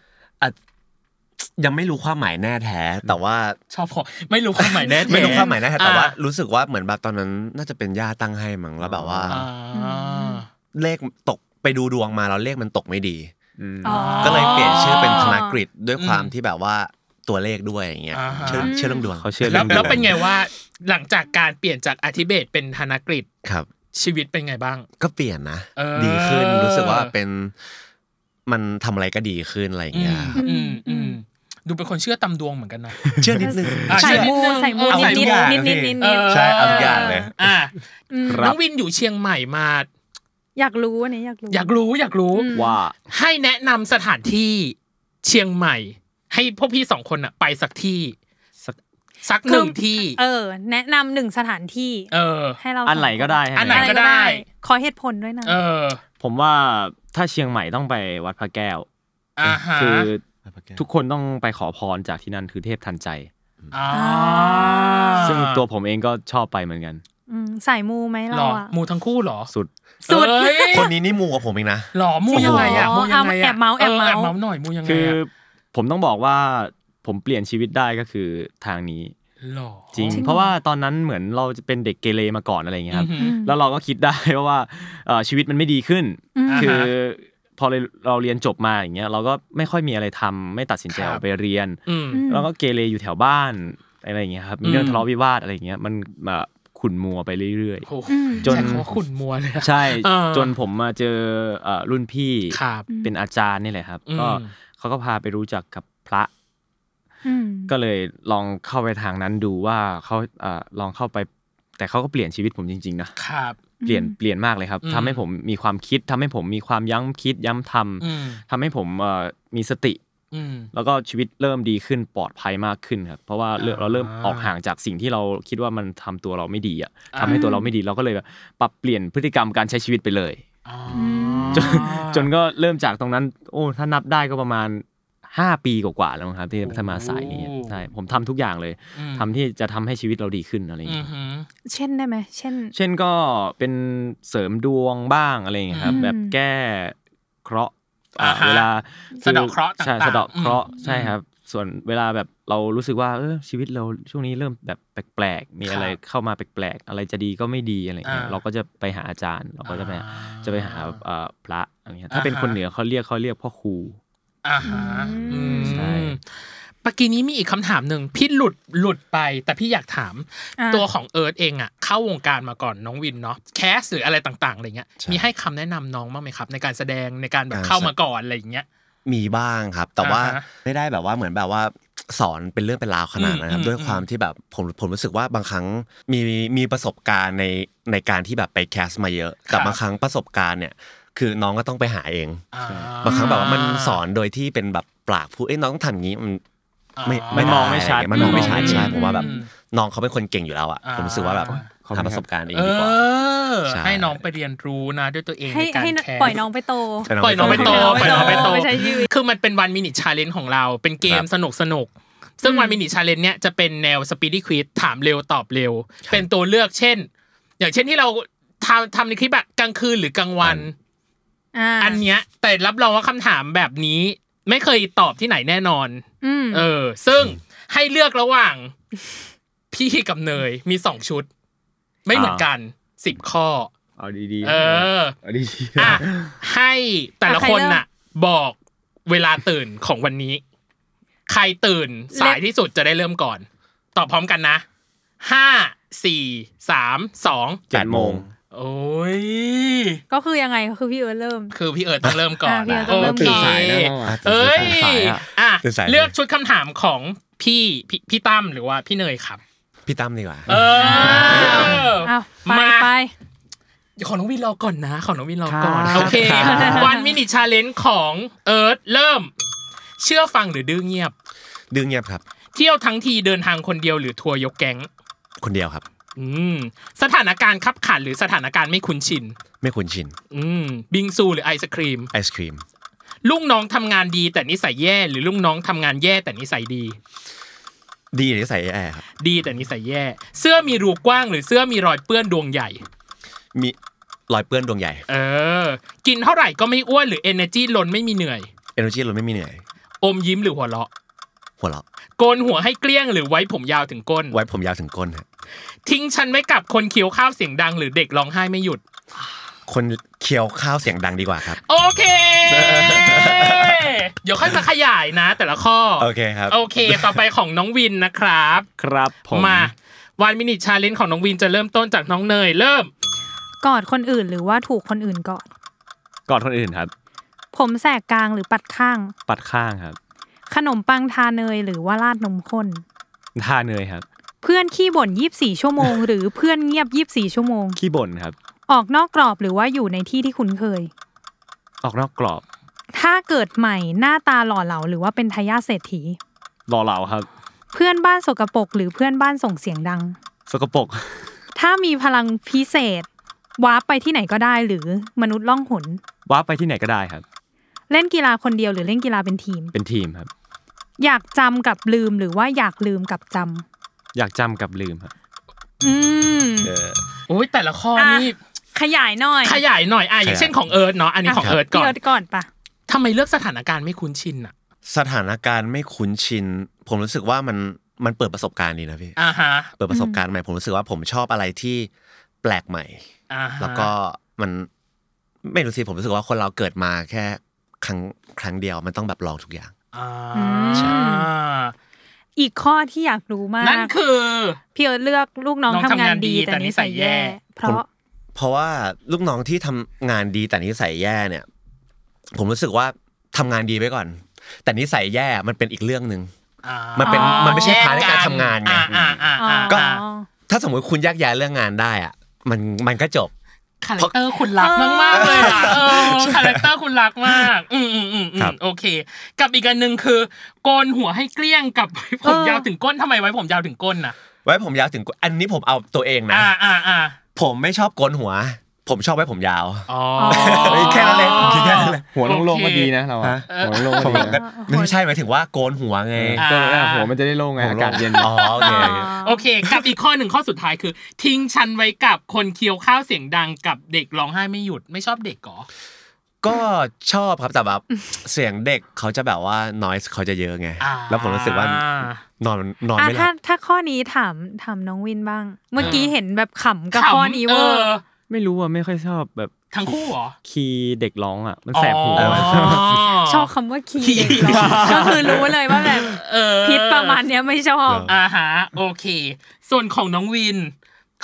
ยังไม่รู้ความหมายแน่แท้ แต่ว่า ชอบพอไม่รู้ความหมายแน่ ไม่รู้ความหมายแน่แท้แต่ว่า อ่ รู้สึกว่าเหมือนแบบตอนนั้นน่าจะเป็นย่าตั้งให้มั้งแล้วแบบว่า อ่า เลขตกไปดูดวงมาแล้วเลขมันตกไม่ดี อืม อ๋อ ก็เลยเปลี่ยนชื่อเป็นธนกฤษด้วยความ อืม ที่แบบว่าตัวเลขด้วยอย่างเงี้ย อ่าฮะ เชื่อเชื่อเรื่องดวง เขาเชื่อ แล้ว เรื่องดวง แล้วเป็นไงว่าหลังจากการเปลี่ยนจากอธิเบศเป็นธนกฤษ ครับ ชีวิตเป็นไงบ้าง ก็เปลี่ยนนะ เออ ดีขึ้นรู้สึกว่าเป็นมันทำอะไรก็ดีขึ้นอะไรอย่าง อื เงี้ย ม ครับ อืมอืมดูเป็นคนเชื่อตำดวงเหมือนกันนะ เชื่อนิดนึง อ่ะ ใส่มูใส่มู เอาใส่ นิด ทุกอย่าง นิดนิดนิด เอ นิด อ ใช่เอาทุกอย่างเลย อ่ะ อืม ครับ น้องวินอยู่เชียงใหม่มา อยากรู้อันนี้อยากรู้ อยากรู้อยากรู้ อืม ว่า ให้แนะนำสถานที่เชียงใหม่ ให้พวกพี่สองคนอะไปสักที่ สัก สักหนึ่งที่ เออ แนะนำหนึ่งสถานที่ เออ ให้เรา อันไหนก็ได้ อันใช่ไห ไห ม น ก็ได้ ขอเหตุผลด้วยนะ เออ ผมว่าถ้าเชียงใหม่ต้องไปวัดพระแก้ว อ่าฮะ คือทุ ทุ ก ก คนต้องไปขอพรจากที่นั่นคือเทพทันใจ อ่า ซึ่งตัวผมเองก็ชอบไปเหมือนกัน อืมใส่มูไหม หร เรา อ อะ มูทั้งคู่หรอ สุด สุด เอ้ย คนนี้นี่มูกับผมเองนะ หรอมูยังไงอะมูยังไงะ เอาแอบเมาส์แอบเมาส์ เมาส์หน่อยมูยังไง คือ อะ ผมต้องบอกว่าผมเปลี่ยนชีวิตได้ก็คือทางนี้ หรอ จริง เพราะว่าตอนนั้นเหมือนเราจะเป็นเด็กเกเรมาก่อนอะไรอย่างเงี้ยครับ อือหื อื อ ม แล้วเราก็คิดได้ *laughs* ว่าเอ่อชีวิตมันไม่ดีขึ้น ม อ่าฮะ คือพอเราเรียนจบมาอย่างเงี้ยเราก็ไม่ค่อยมีอะไรทำไม่ตัดสินใจ ครับ ออกไปเรียน อืม ม แล้วก็เกเรอยู่แถวบ้านอะไรอย่างเงี้ยครับมีเรื่อง อืม ทะเลาะวิวาทอะไรอย่างเงี้ยมันมาขุ่นมัวไปเรื่อย โอ้โห อืม จน ใช้คำว่าขุนมัวเลยอะ ๆ ใช่ เออ จนผมมาเจอเอ่อรุ่นพี่ ครับ เป็นอาจารย์นี่แหละครับ อืม ก็เขาก็พาไปรู้จักกับพระ อืม ก็เลยลองเข้าไปทางนั้นดูว่าเขาเอ่อลองเข้าไป แต่เขาก็เปลี่ยนชีวิตผมจริงๆนะครับ เปลี่ยนเปลี่ยนมากเลยครับ อืม ทำให้ผมมีความคิดทำให้ผมมีความย้ำคิดย้ำทำ อืม ทำให้ผมเอ่อมีสติ อืม แล้วก็ชีวิตเริ่มดีขึ้นปลอดภัยมากขึ้นครับเพราะว่าเริ่ม อ่า เราเริ่มออกห่างจากสิ่งที่เราคิดว่ามันทำตัวเราไม่ดีอ่ะ อ่า ทำให้ตัวเราไม่ดีเราก็เลยแบบปรับเปลี่ยนพฤติกรรมการใช้ชีวิตไปเลย อ๋อ จน จนก็เริ่มจากตรงนั้น โอ้ถ้านับได้ก็ประมาณ 5 ปีกว่าๆแล้วมั้งครับที่พัฒนาสายนี้ใช่ผมทำทุกอย่างเลย อืม ทำที่จะทำให้ชีวิตเราดีขึ้นอะไรอย่าง อื เงี้ อย หือ เช่นได้ไหมเช่น เช่นก็เป็นเสริมดวงบ้างอะไรอย่างเงี้ยครับ อืม แบบแก้เคราะห์อ่า อ่าฮะ เวลา สะเดาะเคราะห์ต่างๆ ใช่สะเดาะเคราะห์ อืม ใช่ครับ ส่วนเวลาแบบเรารู้สึกว่าเออชีวิตเราช่วงนี้เริ่มแบบแปลกๆมีอะไร ครับ เข้ามาแปลกๆอะไรจะดีก็ไม่ดีอะไรอย่างเงี้ย อ่า เราก็จะไปหาอาจารย์เราก็จะไปหา จะไปหาเอ่อพระอะไรเงี้ยถ้า อ่า เป็นคน ฮะ เหนือเขาเรียกเขาเรียกพ่อครู อ่าฮะ อืม ใช่ ปกีนี้มีอีกคำถามหนึ่งพี่หลุดหลุดไป แต่พี่อยากถาม อ่า ตัวของเอิร์ธเองอ่ะ เข้าวงการมาก่อนน้องวินเนาะแคสหรืออะไรต่างๆอะไรเงี้ย ใช่ มีให้คำแนะนำน้องบ้างไหมครับ ในการแสดงในการแบบเข้ามาก่อนอะไรอย่างเงี้ย มีบ้างครับ แต่ว่า อ่าฮะ ไม่ได้แบบว่าเหมือนแบบว่าสอนเป็นเรื่องเป็นราวขนาดนั้นครับอืม ด้วยความที่แบบผมผมรู้สึกว่าบางครั้งมีมีประสบการณ์ในในการที่แบบไปแคสมาเยอะ ครั แต่ บ บางครั้งประสบการณ์เนี่ย คือน้องก็ต้องไปหาเอง อ่า บางครั้งแบบว่ามันสอนโดยที่เป็นแบบปลากพูดเอ้ยน้องต้องทำอย่างนี้มันไม่ า น มองไม่ชัด อะรเยมันมองไม่ชัด อืม ใช่ผมว่าแบบ อืม น้องเขาเป็นคนเก่งอยู่แล้วอ่ะ อ่า ผมรู้สึกว่าแบบหาประสบการณ์เอง เอ ดีกว่า อ ใช่ ให้น้องไปเรียนรู้นะ ด้วยตัวเอง ให้ ในการ ให้ แคส ปล่อยน้องไปโต ปล่อยน้องไปโตปล่อยน้องไปโต ไม่ใช่ยืด คือมันเป็นวันมินิชาเลนของเรา เป็นเก ครั ม บ สนุกสนุก ซึ่ง อืม วันมินิชาเลนเนี่ยจะเป็นแนวสปีดดี้ควิสถามเร็วตอบเร็ว ครับ เป็นตัวเลือกเช่น อย่างเช่นที่เราทำทำในคลิปอะกลางคืนหรือกลางวัน อ่า อันเนี้ยแต่รับรองว่าคำถามแบบนี้ ไม่เคยตอบที่ไหนแน่นอน อืม เออ ซึ่งให้เลือกระหว่าง *laughs* พี่กับเนยมีสองชุด ไม่เหมือนกันสิบข้อ เอาดี เออ เอาดี อ่ะให้แต่ละคนน่ะ บอกเวลาตื่นของวันนี้ ใครตื่นสายที่สุดจะได้เริ่มก่อน ตอบพร้อมกันนะห้าสี่สามสอง ๆเจ็ดโมง โอ้ย ก็คือยังไงก็คือพี่เอิร์ธเริ่ม คือพี่เอิร์ธต้องเริ่มก่อน อ่ะพี่เอิร์ธต้องโอเริ่ม เค ก่อน เอ้ย ตื่นสายอะ อ่ะ ตื่นสาย เลือกชุดคำถามของพี่พี่พี่ตั้มหรือว่าพี่เนยครับ พี่ตั้มดีกว่า เออ อ้าวไป มา ไป ขอน้องวินรอก่อนนะ ขอน้องวินรอก่อน ครับ โอเค ครับ วันมินิชาเลนจ์ของเอิร์ธเริ่ม เชื่อฟังหรือดื้อเงียบ ดื้อเงียบครับ เที่ยวทั้งทีเดินทางคนเดียวหรือทัวร์ยกแก๊ง คนเดียวครับ อืม สถานการณ์ขับขันหรือสถานการณ์ไม่คุ้นชิน ไม่คุ้นชิน อืม บิงซูหรือไอศครีม ไอศครีม ลูกน้องทำงานดีแต่นิสัยแย่ หรือลูกน้องทำงานแย่แต่นิสัยดี ดีหรือใส่แอร์ครับ ดีแต่นิสัยแย่ เสื้อมีรูกว้างหรือเสื้อมีรอยเปื้อนดวงใหญ่ มีรอยเปื้อนดวงใหญ่ เออ กินเท่าไหร่ก็ไม่อ้วนหรือ energy ล้นไม่มีเหนื่อย เอเนอร์จีเราไม่มีเหนื่อย อมยิ้มหรือหัวเราะ หัวเราะ โกนหัวให้เกลี้ยงหรือไว้ผมยาวถึงก้น ไว้ผมยาวถึงก้นฮะ ทิ้งฉันไว้กับคนเคี้ยวข้าวเสียงดังหรือเด็กร้องไห้ไม่หยุด คนเคี้ยวข้าวเสียงดังดีกว่าครับ โอ *laughs* เค เดี๋ยวค่อยมาขยายนะ แต่ละข้อ โอเคครับ โอเค ต่อไปของน้องวินนะครับ ครับผม มาวันมินิชาเลนจ์ของน้องวินจะเริ่มต้นจากน้องเนย เริ่ม กอดคนอื่นหรือว่าถูกคนอื่นกอด กอดคนอื่นครับ ผมแสกกลางหรือปัดข้าง ปัดข้างครับ ขนมปังทาเนยหรือว่าราดนมข้น ทาเนยครับ เพื่อนขี้บ่น24 ชั่วโม *laughs* ง หรือเพื่อนเงียบ 24 ชั่วโมง ขี้บ่นครับ ออกนอกกรอบหรือว่าอยู่ในที่ที่คุ้นเคย ออกนอกกรอบ ถ้าเกิดใหม่หน้าตาหล่อเหลาหรือว่าเป็นทายาทเศรษฐี รอเหลาครับ เพื่อนบ้านสกปรกหรือเพื่อนบ้านส่งเสียงดัง สกปรก ถ้ามีพลังพิเศษว้าร์ปไปที่ไหนก็ได้หรือมนุษย์ล่องหน ว้าร์ปไปที่ไหนก็ได้ครับ เล่นกีฬาคนเดียวหรือเล่นกีฬาเป็นทีม เป็นทีมครับ อยากจำกับลืมหรือว่าอยากลืมกับจ อยากจำกับลืมครับ ำอืม เออ โอ้ยแต่ละข้อนี่ ขยายหน่อย ขยายหน่อยอ่ะอย่างเช่นของเอิร์ธเนาะอันนี้ของ ะ เอิร์ธก่อ พี่ น เอิร์ธก่อนปะ ทำไมเลือกสถานการณ์ไม่คุ้นชินอ่ะ สถานการณ์ไม่คุ้นชิน ผมรู้สึกว่ามันมันเปิดประสบการณ์ดีนะพี่ อ่าฮะ เปิดประสบการณ์ใหม่ ผมรู้สึกว่าผมชอบอะไรที่แปลกใหม่ อ่าฮะ แล้วก็มันไม่รู้สิผมรู้สึกว่าคนเราเกิดมาแค่ครั้งครั้งเดียวมันต้องแบบลองทุกอย่าง อ่า อืมอีกข้อที่อยากรู้มาก นั่นคือ พี่เอิร์ธเลือกลูกน้อง น้องทำงางทำาน น ดี ดี แต่ แต่ นิ นิ สั สั ย ย แย่ แย่ เพราะ เพราะว่าลูกน้องที่ทำงานดีแต่นิสัยแย่เนี่ย ผมรู้สึกว่าทำงานดีไปก่อน แต่นิสัยแย่มันเป็นอีกเรื่องหนึ่ง อ่า มันเป็นมันไม่ใช่พาร์ทในการทำงานไง อ่าอ่าอ่าอ่า ก็ อ่า ถ้าสมมติคุณแยกย้ายเรื่องงานได้อะมันมันก็จบ คาแรคเตอร์คุณรักมากมากๆเลยอ่ะเออคาแรคเตอร์คุณรักมาก อืมอืมอืมอื ครั ม บ โอเค กับอีกอันหนึ่งคือ โกนหัวให้เกลี้ยงกับ *laughs* ไว้ผมยาวถึงก้นทำไมไว้ผมยาวถึงก้นน่ะ ไว้ผมยาวถึงอันนี้ผมเอาตัวเองนะ อ่าอ่าอ่า ผมไม่ชอบโกนหัว ผมชอบไว้ผมยาว อ๋อ แค่นั้นเองผมคิดแค่นั้นเลย หัวโล่งๆก็ดีนะเราอะ ฮะ หัวโล่งๆก็ดีนะ ไม่ใช่หมายถึงว่าโกนหัวไง อ่า ก็เออหัวมันจะได้โล่งไงอากาศเย็น อ๋อโอเค โอเค กับอีกข้อหนึ่งข้อสุดท้ายคือ ทิ้งฉันไว้กับคนเคี้ยวข้าวเสียงดังกับเด็กร้องไห้ไม่หยุดไม่ชอบเด็กก่อ ก็ชอบครับแต่แบบเสียงเด็กเขาจะแบบว่า noise เขาจะเยอะไง อ่า แล้วผมรู้สึกว่า นอนนอน อ่ะ ไม่หลั ถ้า บ ถ้าข้อนี้ถามถามน้องวินบ้าง เมื่อกี้เห็นแบบขำกับ ขำ ข้อนี้เว เอ อ อ ร์ ไม่รู้อ่ะไม่ค่อยชอบแบบ ทั้งคู่เหรอ คีย์เด็กร้องอ่ะ มันแสบหู อ๋อ อะ *laughs* ชอบคำว่าคี ขี้ เด็กร้อง *laughs* ก็คือรู้เลยว่าแบบ เออ พิษประมาณเนี้ยไม่ชอบ อ่าฮะโอเค ส่วนของน้องวิน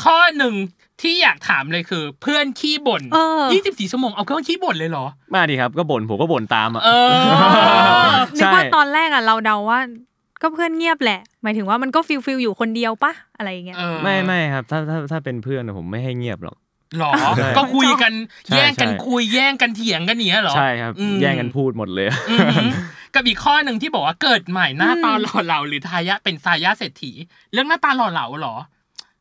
ข้อหนึ่งที่อยากถามเลยคือ เพื่อนขี้บ่น เออ ยี่สิบสี่ชั่วโมงเอาเครื่องขี้บ่นเลยเหรอ มาดิครับก็บ่นผมก็บ่นตามอ่ะ เออ นึก ใช่ ว่าตอนแรกอ่ะเราเดาว่า ก็เพื่อนเงียบแหละ หมายถึงว่ามันก็ฟิลฟิลอยู่คนเดียวปะอะไรอย่างเงี้ย เออ ไม่ไม่ครับ ถ้าถ้าถ้าเป็นเพื่อนอะผมไม่ให้เงียบหรอก หรอ ใช่ ก็คุยกัน ใช่ แย่งกัน ใช่ คุยแย่งกันเถียงกันเนี้ยเหรอ ใช่ครับ อืม แย่งกันพูดหมดเลย อืมกับอีกข้อหนึ่งที่บอกว่าเกิดใหม่หน้าตา อืม หล่อเหลาหรือทายะเป็นทายะเศรษฐี เรื่องหน้าตาหล่อเหลาเหรอ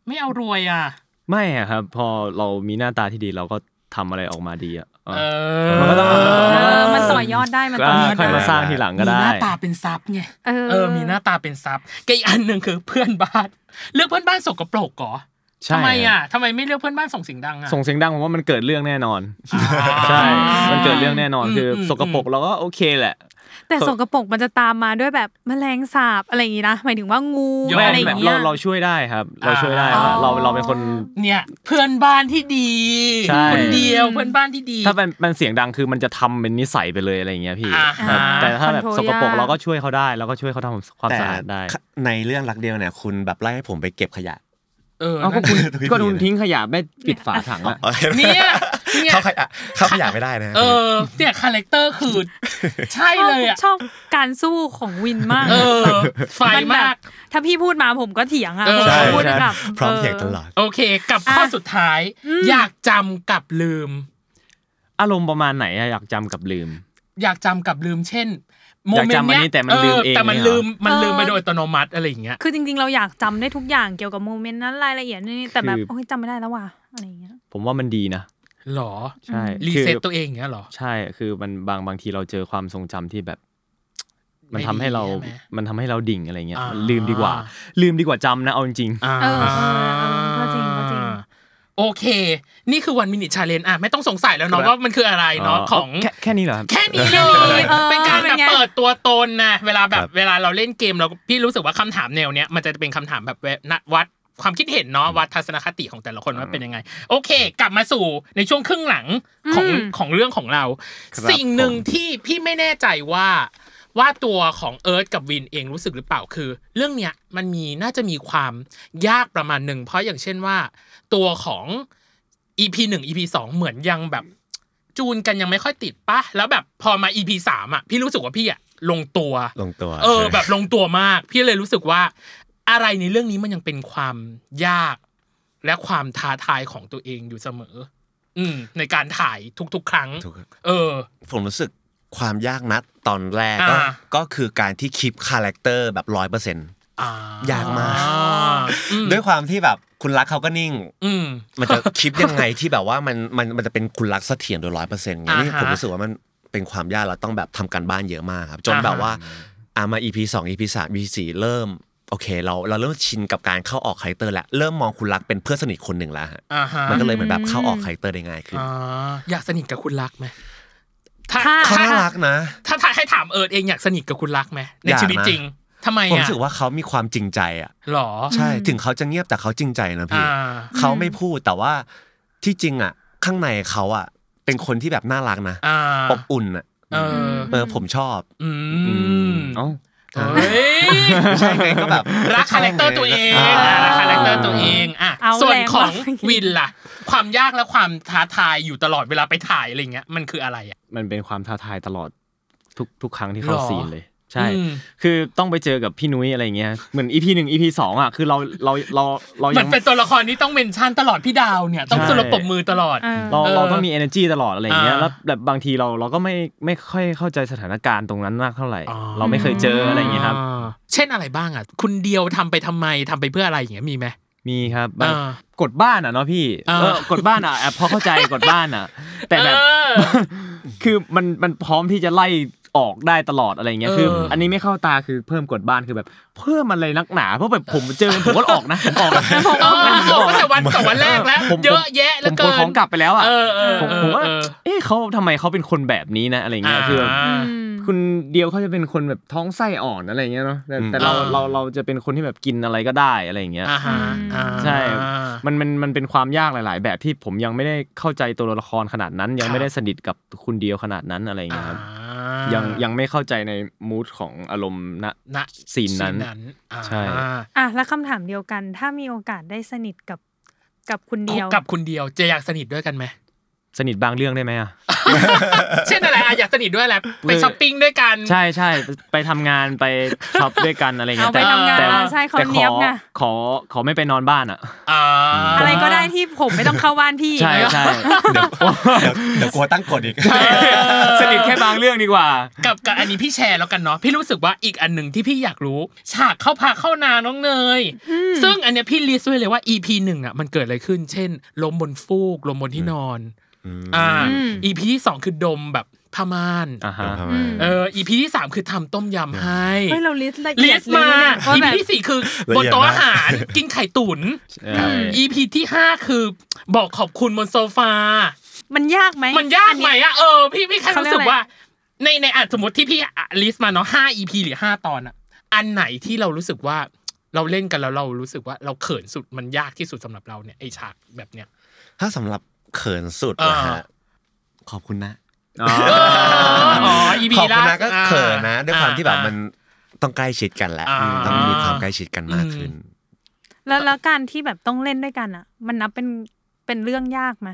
ไม่เอารวยอ่ะ ไม่อะครับ พอเรามีหน้าตาที่ดีเราก็ทำอะไรออกมาดีอ่ะเออ เอ มันก็ต้อง เออมัน ต่ ต่อยอดได้มัน ก็ ต่อยอด ค่อย ได้ มาสร้างทีหลังก็ มี ได้ หน้าตาเป็นซับไง เออ เออ มีหน้าตาเป็นซับกับอีกอันหนึ่งคือเพื่อนบ้าน เลือกเพื่อนบ้านสกปรกก่อ ใช่ ทำไมอ่ะทำไมไม่เลือกเพื่อนบ้านส่งเสียงดังอ่ะ ส่งเสียงดังผมว่ามันเกิดเรื่องแน่นอน อ่า ใช่ มันเกิดเรื่องแน่นอน อืม คืออ ม สกปรกเราก็โอเคแหละ แต่สกปรกมันจะตามมาด้วยแบบแมลงสาบอะไรอย่างงี้นะหมายถึงว่างู ย้น ไม่ อะไรอ แบบ ย่างเงี้ เรา ย เราช่วยได้ครับ เราช่วยได้ อ๋อ ว่าเราเราเป็นคน เนี่ยเพื่อนบ้านที่ดี ใช่ คนเดียวเพื่อนบ้านที่ดี ถ้ามันมันเสียงดังคือมันจะทำเป็นนิสัยไปเลยอะไรอย่างเงี้ยพี่ อ่าฮะ ครับแต่ถ้าแบบ Control สกปรก ยาก เราก็ช่วยเขาได้แล้วก็ช่วยเขาทำความ แต่ สะอาดได้ ในเรื่องรักเดียวเนี่ย คุณแบบไล่ให้ผมไปเก็บขยะ เออ เอ้าก็ นั่น คุณ ทุกที ก็คุณทิ้งขยะไม่ปิดฝาถังอะ เนี่ย เนี่ย เขาขยะเขาขยะไม่ได้นะ เออเนี่ยคาแรคเตอร์ *laughs* คือ ใช่เลยอ่ะ ชอบการสู้ของวินมาก เออ ไฟ นแบบ มาก ถ้าพี่พูดมาผมก็เถียงอ่ะ เอผอม ใช่ ก็พูด ใช่ แบบ พร้อมเถียงตลอด โอเค กับข้อสุดท้าย อยากจำกับลืม อารมณ์ประมาณไหนอะอยากจำกับลืม อยากจำกับลืมเช่นโม อยาก เมนต์ จำอัน เนี้ยนี้แต่มันลืมเอง แต่มัน เนี่ยเหรอ ลืมมันลืมไปโดยอัตโนมัติอะไรอย่างเงี้ย คือจริง ๆ เราอยากจำได้ทุกอย่างเกี่ยวกับโมเมนต์นั้นรายละเอียดนี่แต่แบบ คือ โอ้ยจำไม่ได้แล้วว่ะอะไรอย่างเงี้ย ผมว่ามันดีนะ หรอ ใช่ รี คือ เซ็ตตัวเองอย่างเงี้ยหรอ ใช่คือมันบางบางทีเราเจอความทรงจำที่แบบ ไม่ มัน ดี ทำให้เรา ใช่ไหม มันทำให้เราดิ่งอะไรเงี้ย อ่ามั นลืมดีกว่า ลืมดีกว่าจำนะเอาจริง อ่า เออเออเออก็จริงก็จริง โอเค นี่คือวันมินิชาเลนอ่ะไม่ต้องสงสัยแล้วเนาะ ครับ ว่ามันคืออะไร ๆ เนาะ เ ของ แค่แค่นี้เหรอรับ แค่นี้เล แค่ ย นี้เออ เป็นการแบเป็บนไง เปิดตัวตนนะเวลาแบ ครับ บ เวลาเราเล่นเกมเราพี่รู้สึกว่าคำถามแนวเนี้ยมันจะเป็นคำถามแบบนัดวัดความคิดเห็นเนาะวัดทัศนคติของแต่ละคนว่าเป็นยังไง โอเค กลับมาสู่ในช่วงครึ่งหลังของ อืม ของเรื่องของเรา ครับ สิ่งหนึ่ง ผม ที่พี่ไม่แน่ใจว่าว่าตัวของเอิร์ธกับวินเองรู้สึกหรือเปล่าคือ เรื่องเนี้ยมันมีน่าจะมีความยากประมาณหนึ่งเพราะอย่างเช่นว่า ตัวของ EP หนึ่ง EP สองเหมือนยังแบบ จูนกันยังไม่ค่อยติดปะแล้วแบบพอมา EP สามอ่ะพี่รู้สึกว่าพี่อ่ะลงตัว ลงตัว เออ แบบลงตัวมาก พี่เลยรู้สึกว่า อะไรในเรื่องนี้มันยังเป็นความยาก และความท้าทายของตัวเองอยู่เสมอ อืม ในการถ่ายทุกๆ ครั้ง ถูก เออ ผมรู้สึกความยากนะตอนแรก อ่า ก็ก็คือการที่คีปคาแรคเตอร์แบบร้อยเปอร์เซ็นต์ อ่าย ากมาก อืม ด้วยความที่แบบคุณรักเขาก็นิ่ง อืม มัน *laughs* จะคลิปยังไงที่แบบว่ามันมันมันจะเป็นคุณรักเสถียรโดยร้อยเปอร์เซ็นต์ไงนี่ อ่าฮะ ผมรู้สึกว่ามันเป็นความยากเราต้องแบบทำการบ้านเยอะมากครับ จนแบบว่าอ่ามา EP สอง EP สาม EP สี่เริ่ม โอเค เราเราเริ่มชินกับการเข้าออกคาแรคเตอร์แล้วเริ่มมองคุณรักเป็นเพื่อนสนิทคนหนึ่งแล้วฮะ อ่าฮะ มันก็เลยเหมือนแบบเข้าออกคาแรคเตอร์ได้ง่ายขึ้น อ่าอยากสนิทกับคุณรักไหม ถ้า เขาน่ารักนะ ถ้าถ้าให้ถามเอิร์ดเองอยากสนิทกับคุณรักไหมใน อยากนะ ชีวิตจริงทำไม ผม อ่ะ รู้สึกว่าเขามีความจริงใจอ่ะ หรอ ใช่ถึงเขาจะเงียบแต่เขาจริงใจนะพี่ อ่า เขาไม่พูดแต่ว่าที่จริงอ่ะ ข้างในเขาอ่ะ เป็นคนที่แบบน่ารักนะ อ่า อบอุ่นอ่ะ เออ เออผมชอบ อืม เอ้า เฮ้ย ใช่ไงก็แบบ รักคาแรคเตอร์ตัวเองอ่ะ า รักคาแรคเตอร์ตัวเองอ่ะ เอา ส่วน แรง ของ มาก วินล่ะ ความยากและความท้าทายอยู่ตลอดเวลาไปถ่ายอะไรเงี้ยมันคืออะไรอ่ะ มันเป็นความท้าทายตลอดทุกทุกครั้งที่เข้า หรอ ซีนเลย ใช่ อืม คือต้องไปเจอกับพี่นุ้ยอะไรเงี้ยเหมือนอีพีหนึ่งอีพีสองอ่ะคือเราเราเราเรา เหมื ยั อน ง เป็นตัวละครที่ต้องเมนชั่นตลอดพี่ดาวเนี่ย ต้อง ใช่ สลบปรบมือตลอด เออ เรา เออ เราต้องมี energy ตลอดอะไรอย่างเงี้ย อ่า แล้วแบบบางทีเราเราก็ไม่ไม่ค่อยเข้าใจสถานการณ์ตรงนั้นมากเท่าไหร่ อ๋อ เราไม่เคยเจออะไรอย่างเงี้ยครับ อ่าเช่นอะไรบ้างอ่ะ คุณเดียวทำไปทำไมทำไปเพื่ออะไรอย่างเงี้ยมีไหม มีครับ อ่าก ดบ้านอ่ะเนาะพี่ อ่า เออกดบ้านอ่ะแอบพอเข้าใจกดบ้านอ่ะ แต่แบบ เออ คือมันมันพร้อมที่จะไล่ออกได้ตลอดอะไรเงี้ย เออ คือ อันนี้ไม่เข้าตาคือเพิ่มกดบ้านคือแบบเพิ่มมันเลยนักหนาเพราะแบบผมเจอผมก็ออกนะผมอ *laughs* อกนะผม เออออกนะผมออก ตั้ง นะ แต่วันกับวันแรกแล้ว ผม เยอะแยะเห ผ ลือ มข เกิ น น ของกลับไปแล้วอ่ะ เออเออ ผม เออ ผมว่า เออ เอ๊ะเขาทำไมเขาเป็นคนแบบนี้นะอะไรเงี้ยคือแบบ า คุณเดียวเขาจะเป็นคนแบบท้องไส้อ่อนอะไรเงี้ยเนาะแต่ อืม แต่เรา อ่า เราเราจะเป็นคนที่แบบกินอะไรก็ได้อะไรเงี้ย อ่าฮะอ่า ใช่ มันมันมันเป็นความยากหลาย ๆ แบบที่ผมยังไม่ได้เข้าใจตัวละครขนาดนั้น ยังไม่ได้สนิทกับคุณเดียวขนาดนั้นอะไรเงี้ยครับยังยังไม่เข้าใจในมูทของอารมณ์ณ ณ ซีนนั้น อ่า ใช่ อ่ะแล้วคำถามเดียวกัน ถ้ามีโอกาสได้สนิทกับกับคุณเดียว กับคุณเดียวจะอยากสนิทด้วยกันไหม สนิทบางเรื่องได้ไหมอ่ะ *laughs* เช่นอะไรอ่ะอยากสนิทด้วยแห *laughs* ละ เออ ไปช้อปปิ้งด้วยกัน ใช่ใช่ไปทำงานไป *laughs* ช็อปด้วยกันอะไรเงี้ เอา ย ไป แต่ ทำงาน แต่ อ่ะใช่เขา แต่ข เนี อย บไง ขอขอไม่ไปนอนบ้านอ่ะ อ่า อะไรก็ *laughs* ได้ที่ผมไม่ต้องเข้าบ้านพี่ ใช่ใช่ *laughs* เดี๋ยวเดี๋ยวกลัวตั้งกฎอีก สนิทแค่บางเรื่องดีกว่า กับกับอันนี้พี่แชร์แล้วกันเนาะพี่รู้สึกว่าอีกอันหนึ่งที่พี่อยากรู้ ฉากเข้าพาเข้านาน้องเนย ซึ่งอันเนี้ยพี่ลิสต์ไว้เลยว่า EP หนึ่งอ่ะมันเกิดอะไรขึ้น เช่นล้มบนฟูกล้มบนที่นอนอ่า อืม EP ที่สองคือดมแบบผ้าม่าน อ่าฮะ เออ EP ที่สามคือทำต้มยำให้ เฮ้ยเราลิสต์ละ ลิ เอียด สต์มา เลยเนี่ยว่า EP แบบ ที่สี่คือ ละ บ เอี น ยดมาก โต๊ะอาหารกินไข่ตุ๋น EP ที่ห้าคือบอกขอบคุณบนโซฟา มันยากไหม มันยากไหมอะเออ พี่พี่แค่ เขา รู้ เรียก สึกว่า อะ ในในอ่ะสมมติที่พี่ลิสต์มาเนาะห้า EP หรือห้าตอนอะอันไหนที่เรารู้สึกว่าเราเล่นกันแล้วเรารู้สึกว่าเราเขินสุดมันยากที่สุดสำหรับเราเนี่ยไอฉากแบบเนี้ย ถ้าสำหรับเขินสุดนะฮะขอบคุณนะ อ๋อ EP ขอบคุณ ล่า นะ สุด ก็เขินนะ ด้วยความ อ่ ที่แบบ อ่ มันต้องใกล้ชิดกันแหละ อ่า ต้องมีความใกล้ชิดกันมากขึ้น แล้วแล้วการที่แบบต้องเล่นด้วยกันอ่ะ มันนับเป็นเป็นเรื่องยากไหม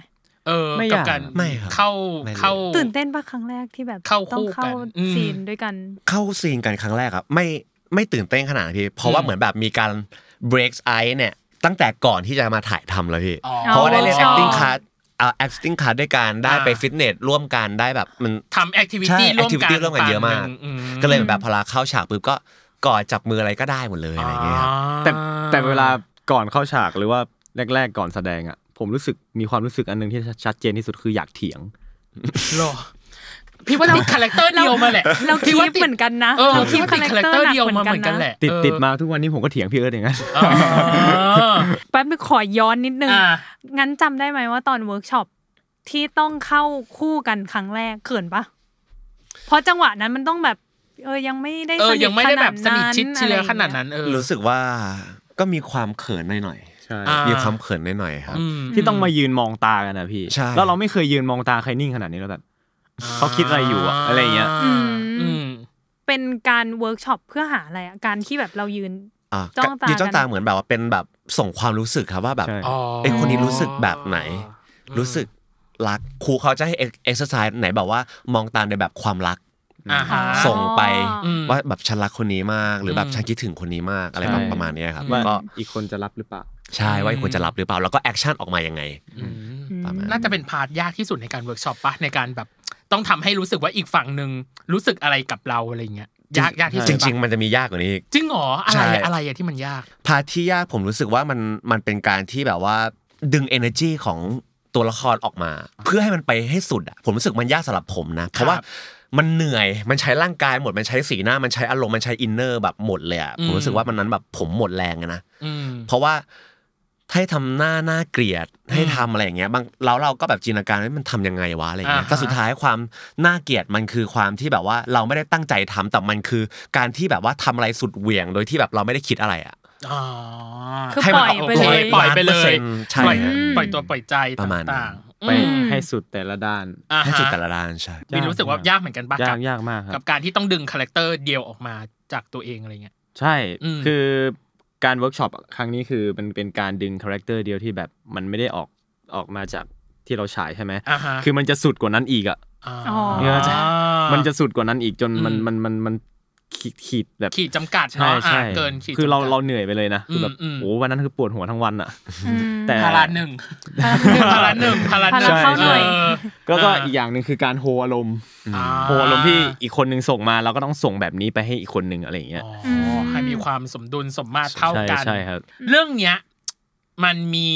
เออ ไม่ กับ อยาก การ ไม่ครับ เข้า ไม่เลย เข้า ตื่นเต้นปะครั้งแรกที่แบบ เข้า ต้อง คู่กัน เข้า อืม ซีนด้วยกัน เข้าซีนกันครั้งแรกครับไม่ไม่ตื่นเต้นขนาดนั้นพี่ เพราะว่า อืม เหมือนแบบมีการ break ice เนี่ยตั้งแต่ก่อนที่จะมาถ่ายทำแล้วพี่ อ๋อ เพราะว่าได้เล่น อ๋อ acting card อ่า acting card ด้วยกันได้ไป อ่า ฟิตเนสร่วมกันได้แบบมัน ทำแอคทิวิ ใช่ ตี้ร่วมกัน activity ร่วมกันเยอะมาก ฝั่งหนึ่งอืม ก็เลยแบบพอเราเข้าฉากปุ๊บก็กอดจับมืออะไรก็ได้หมดเลยอะไรอย่างเงี้ยครับ *laughs* แต่แต่เวลาก่อนเข้าฉากหรือว่าแรก ๆ ก่อนแสดงอ่ะ ผมรู้สึกมีความรู้สึกอันหนึงที่ชัดเจนที่สุดคืออยากเถียง หรอพี่ว่าติดคาแรคเตอร์เดียวมาแหละ เรา พี่ว่า คีป ติด เหมือนกันนะ เออ เราคี พี่ ป ว่าติดคาแรคเตอร์เดียวมาเหมือนกันแหละ ติด เออ ติดมาทุกวันนี้ผมก็เถียงพี่เอิร์ธอย่างนั้น อ๋อ แป๊บนึงขอย้อนนิดนึง อ่า งั้นจำได้ไหมว่าตอนเวิร์กช็อปที่ต้องเข้าคู่กันครั้งแรกเขินปะเพราะจังหวะนั้นมันต้องแบบ เออยังไม่ได้ เอ ส อ นิท ยังไม่ได้แบบสนิทชิดเชื้อ อะไรย่ขงงี้ย นาดนั้นเออ รู้สึกว่าก็มีความเขินหน่อย ใช่ อ่ ๆมีความเขินหน่อยๆครับ อืม ที่ต้องมายืนมองตากันนะพี่ ใช่ แล้วเราไม่เคยยืนมองตาใครนิ่งขนาดนี้แล้วแบบ เขาคิดอะไรอยู่อะอะไรอย่างเงี้ย อืม อื อื ม ม เป็นการเวิร์กช็อปเพื่อหาอะไรอะการที่แบบเรายืน อ่ะ จ้องตากัน ยืนจ้องตาเหมือนแบบว่าเป็นแบบส่งความรู้สึกครับว่าแบบ ใช่ เอ้ยคนนี้รู้สึกแบบไหน รู้สึกรักครูเขาจะให้เอ็กซ์ไซส์ไหนแบบว่ามองตามในแบบความรัก อ่าฮะ ส่งไป อืม ว่าแบบฉันรักคนนี้มาก หรือแบ อื บ ม ฉันคิดถึงคนนี้มากอะไร ใช่ แบบประมาณเนี้ยครับ อืม แล้วก็ อีกคนจะรับหรือเปล่า ใช่ว่าควรจะรับหรือเปล่า แล้วก็แอคชั่นออกมายังไง อืม ประมาณ น่าจะเป็นพาร์ทยากที่สุดในการเวิร์กช็อปปะในการแบบ ต้องทำให้รู้สึกว่าอีกฝั่งหนึ่งรู้สึกอะไรกับเราอะไรเงี้ยยากยากที่สุด จ ปะ ริง ๆ มันจะมียากกว่านี้อีก จริงเหรออะ ใช่ ไรอะอะไรอะที่มันยาก พาร์ทที่ยากผมรู้สึกว่ามันมันเป็นการที่แบบว่าดึง energy ของตัวละครออกมา เพื่อให้มันไปให้สุดอะผมรู้สึกมันยากสำหรับผมนะเพราะว่ามันเหนื่อยมันใช้ร่างกายหมดมันใช้สีหน้ามันใช้อารมณ์มันใช้อินเนอร์แบบหมดเลยอะ อืม ผมรู้สึกว่ามันนั้นแบบผมหมดแรงอะนะ อืม เพราะว่าให้ทำหน้าหน้าเกลียดให้ทำอะไรอย่างเงี้ยบางแล้วเราก็แบบจินตนาการว่ามันทำยังไงวะอะไรอย่างเงี้ย อ่าฮะ แต่สุดท้ายความน่าเกลียดมันคือความที่แบบว่าเราไม่ได้ตั้งใจทำแต่มันคือการที่แบบว่าทำอะไรสุดเหวี่ยงโดยที่แบบเราไม่ได้คิดอะไรอะ อ๋อ คือ ให้มัน ปล่อยไปเลย ปล่อยไปเลย 100%ใช่ ปล่อย ฮะ ปล่อยตัวปล่อยใจ ประมาณนั้น ต่างๆ ไป อืม ให้สุดแต่ละด้าน อ่า ให้ ฮะ สุดแต่ละด้านใช่ มีรู้สึกว่ายากเหมือนกันปะ ยา กั ก บ ยากมากค กั รั บบ การที่ต้องดึงคาแรคเตอร์เดียวออกมาจากตัวเองอะไรเงี้ย ใช่ อืม คือการเวิร์กช็อปครั้งนี้คือมันเป็นการดึงคาแรคเตอร์เดียวที่แบบมันไม่ได้ออกออกมาจากที่เราฉายใช่ไหม อ่าฮะ คือมันจะสุดกว่านั้นอีกอ่ะ า อ๋อ มันจะสุดกว่านั้นอีกจนมัน อืม มันมันมันขีดขีดแบบ ขีดจำกัด ใช่ เนาะอ่า ใช่ เกินขีด คือเรา จำกัด เราเหนื่อยไปเลยนะคืออ ม แบบ อืม โอ้วันนั้นคือปวดหัวทั้งวันอ่ะ อืม แต่ พาราหนึ่งพาราหนึ่งพาราหนึ่ง ใช่ เข้าหน่อย เ แล้วก็อีกอย่างหนึ่งคือการโฮอารมณ์ อ่า โฮอารมณ์ที่อีกคนหนึงส่งมาเราก็ต้องส่งแบบนี้ไปให้อีกคนหนึงอะไรอย่างเงี้ย อ๋อให้มีความสมดุลสมมาตรเท่า ใช่ กัน ใช่ครับ เรื่องเนี้ยมันมี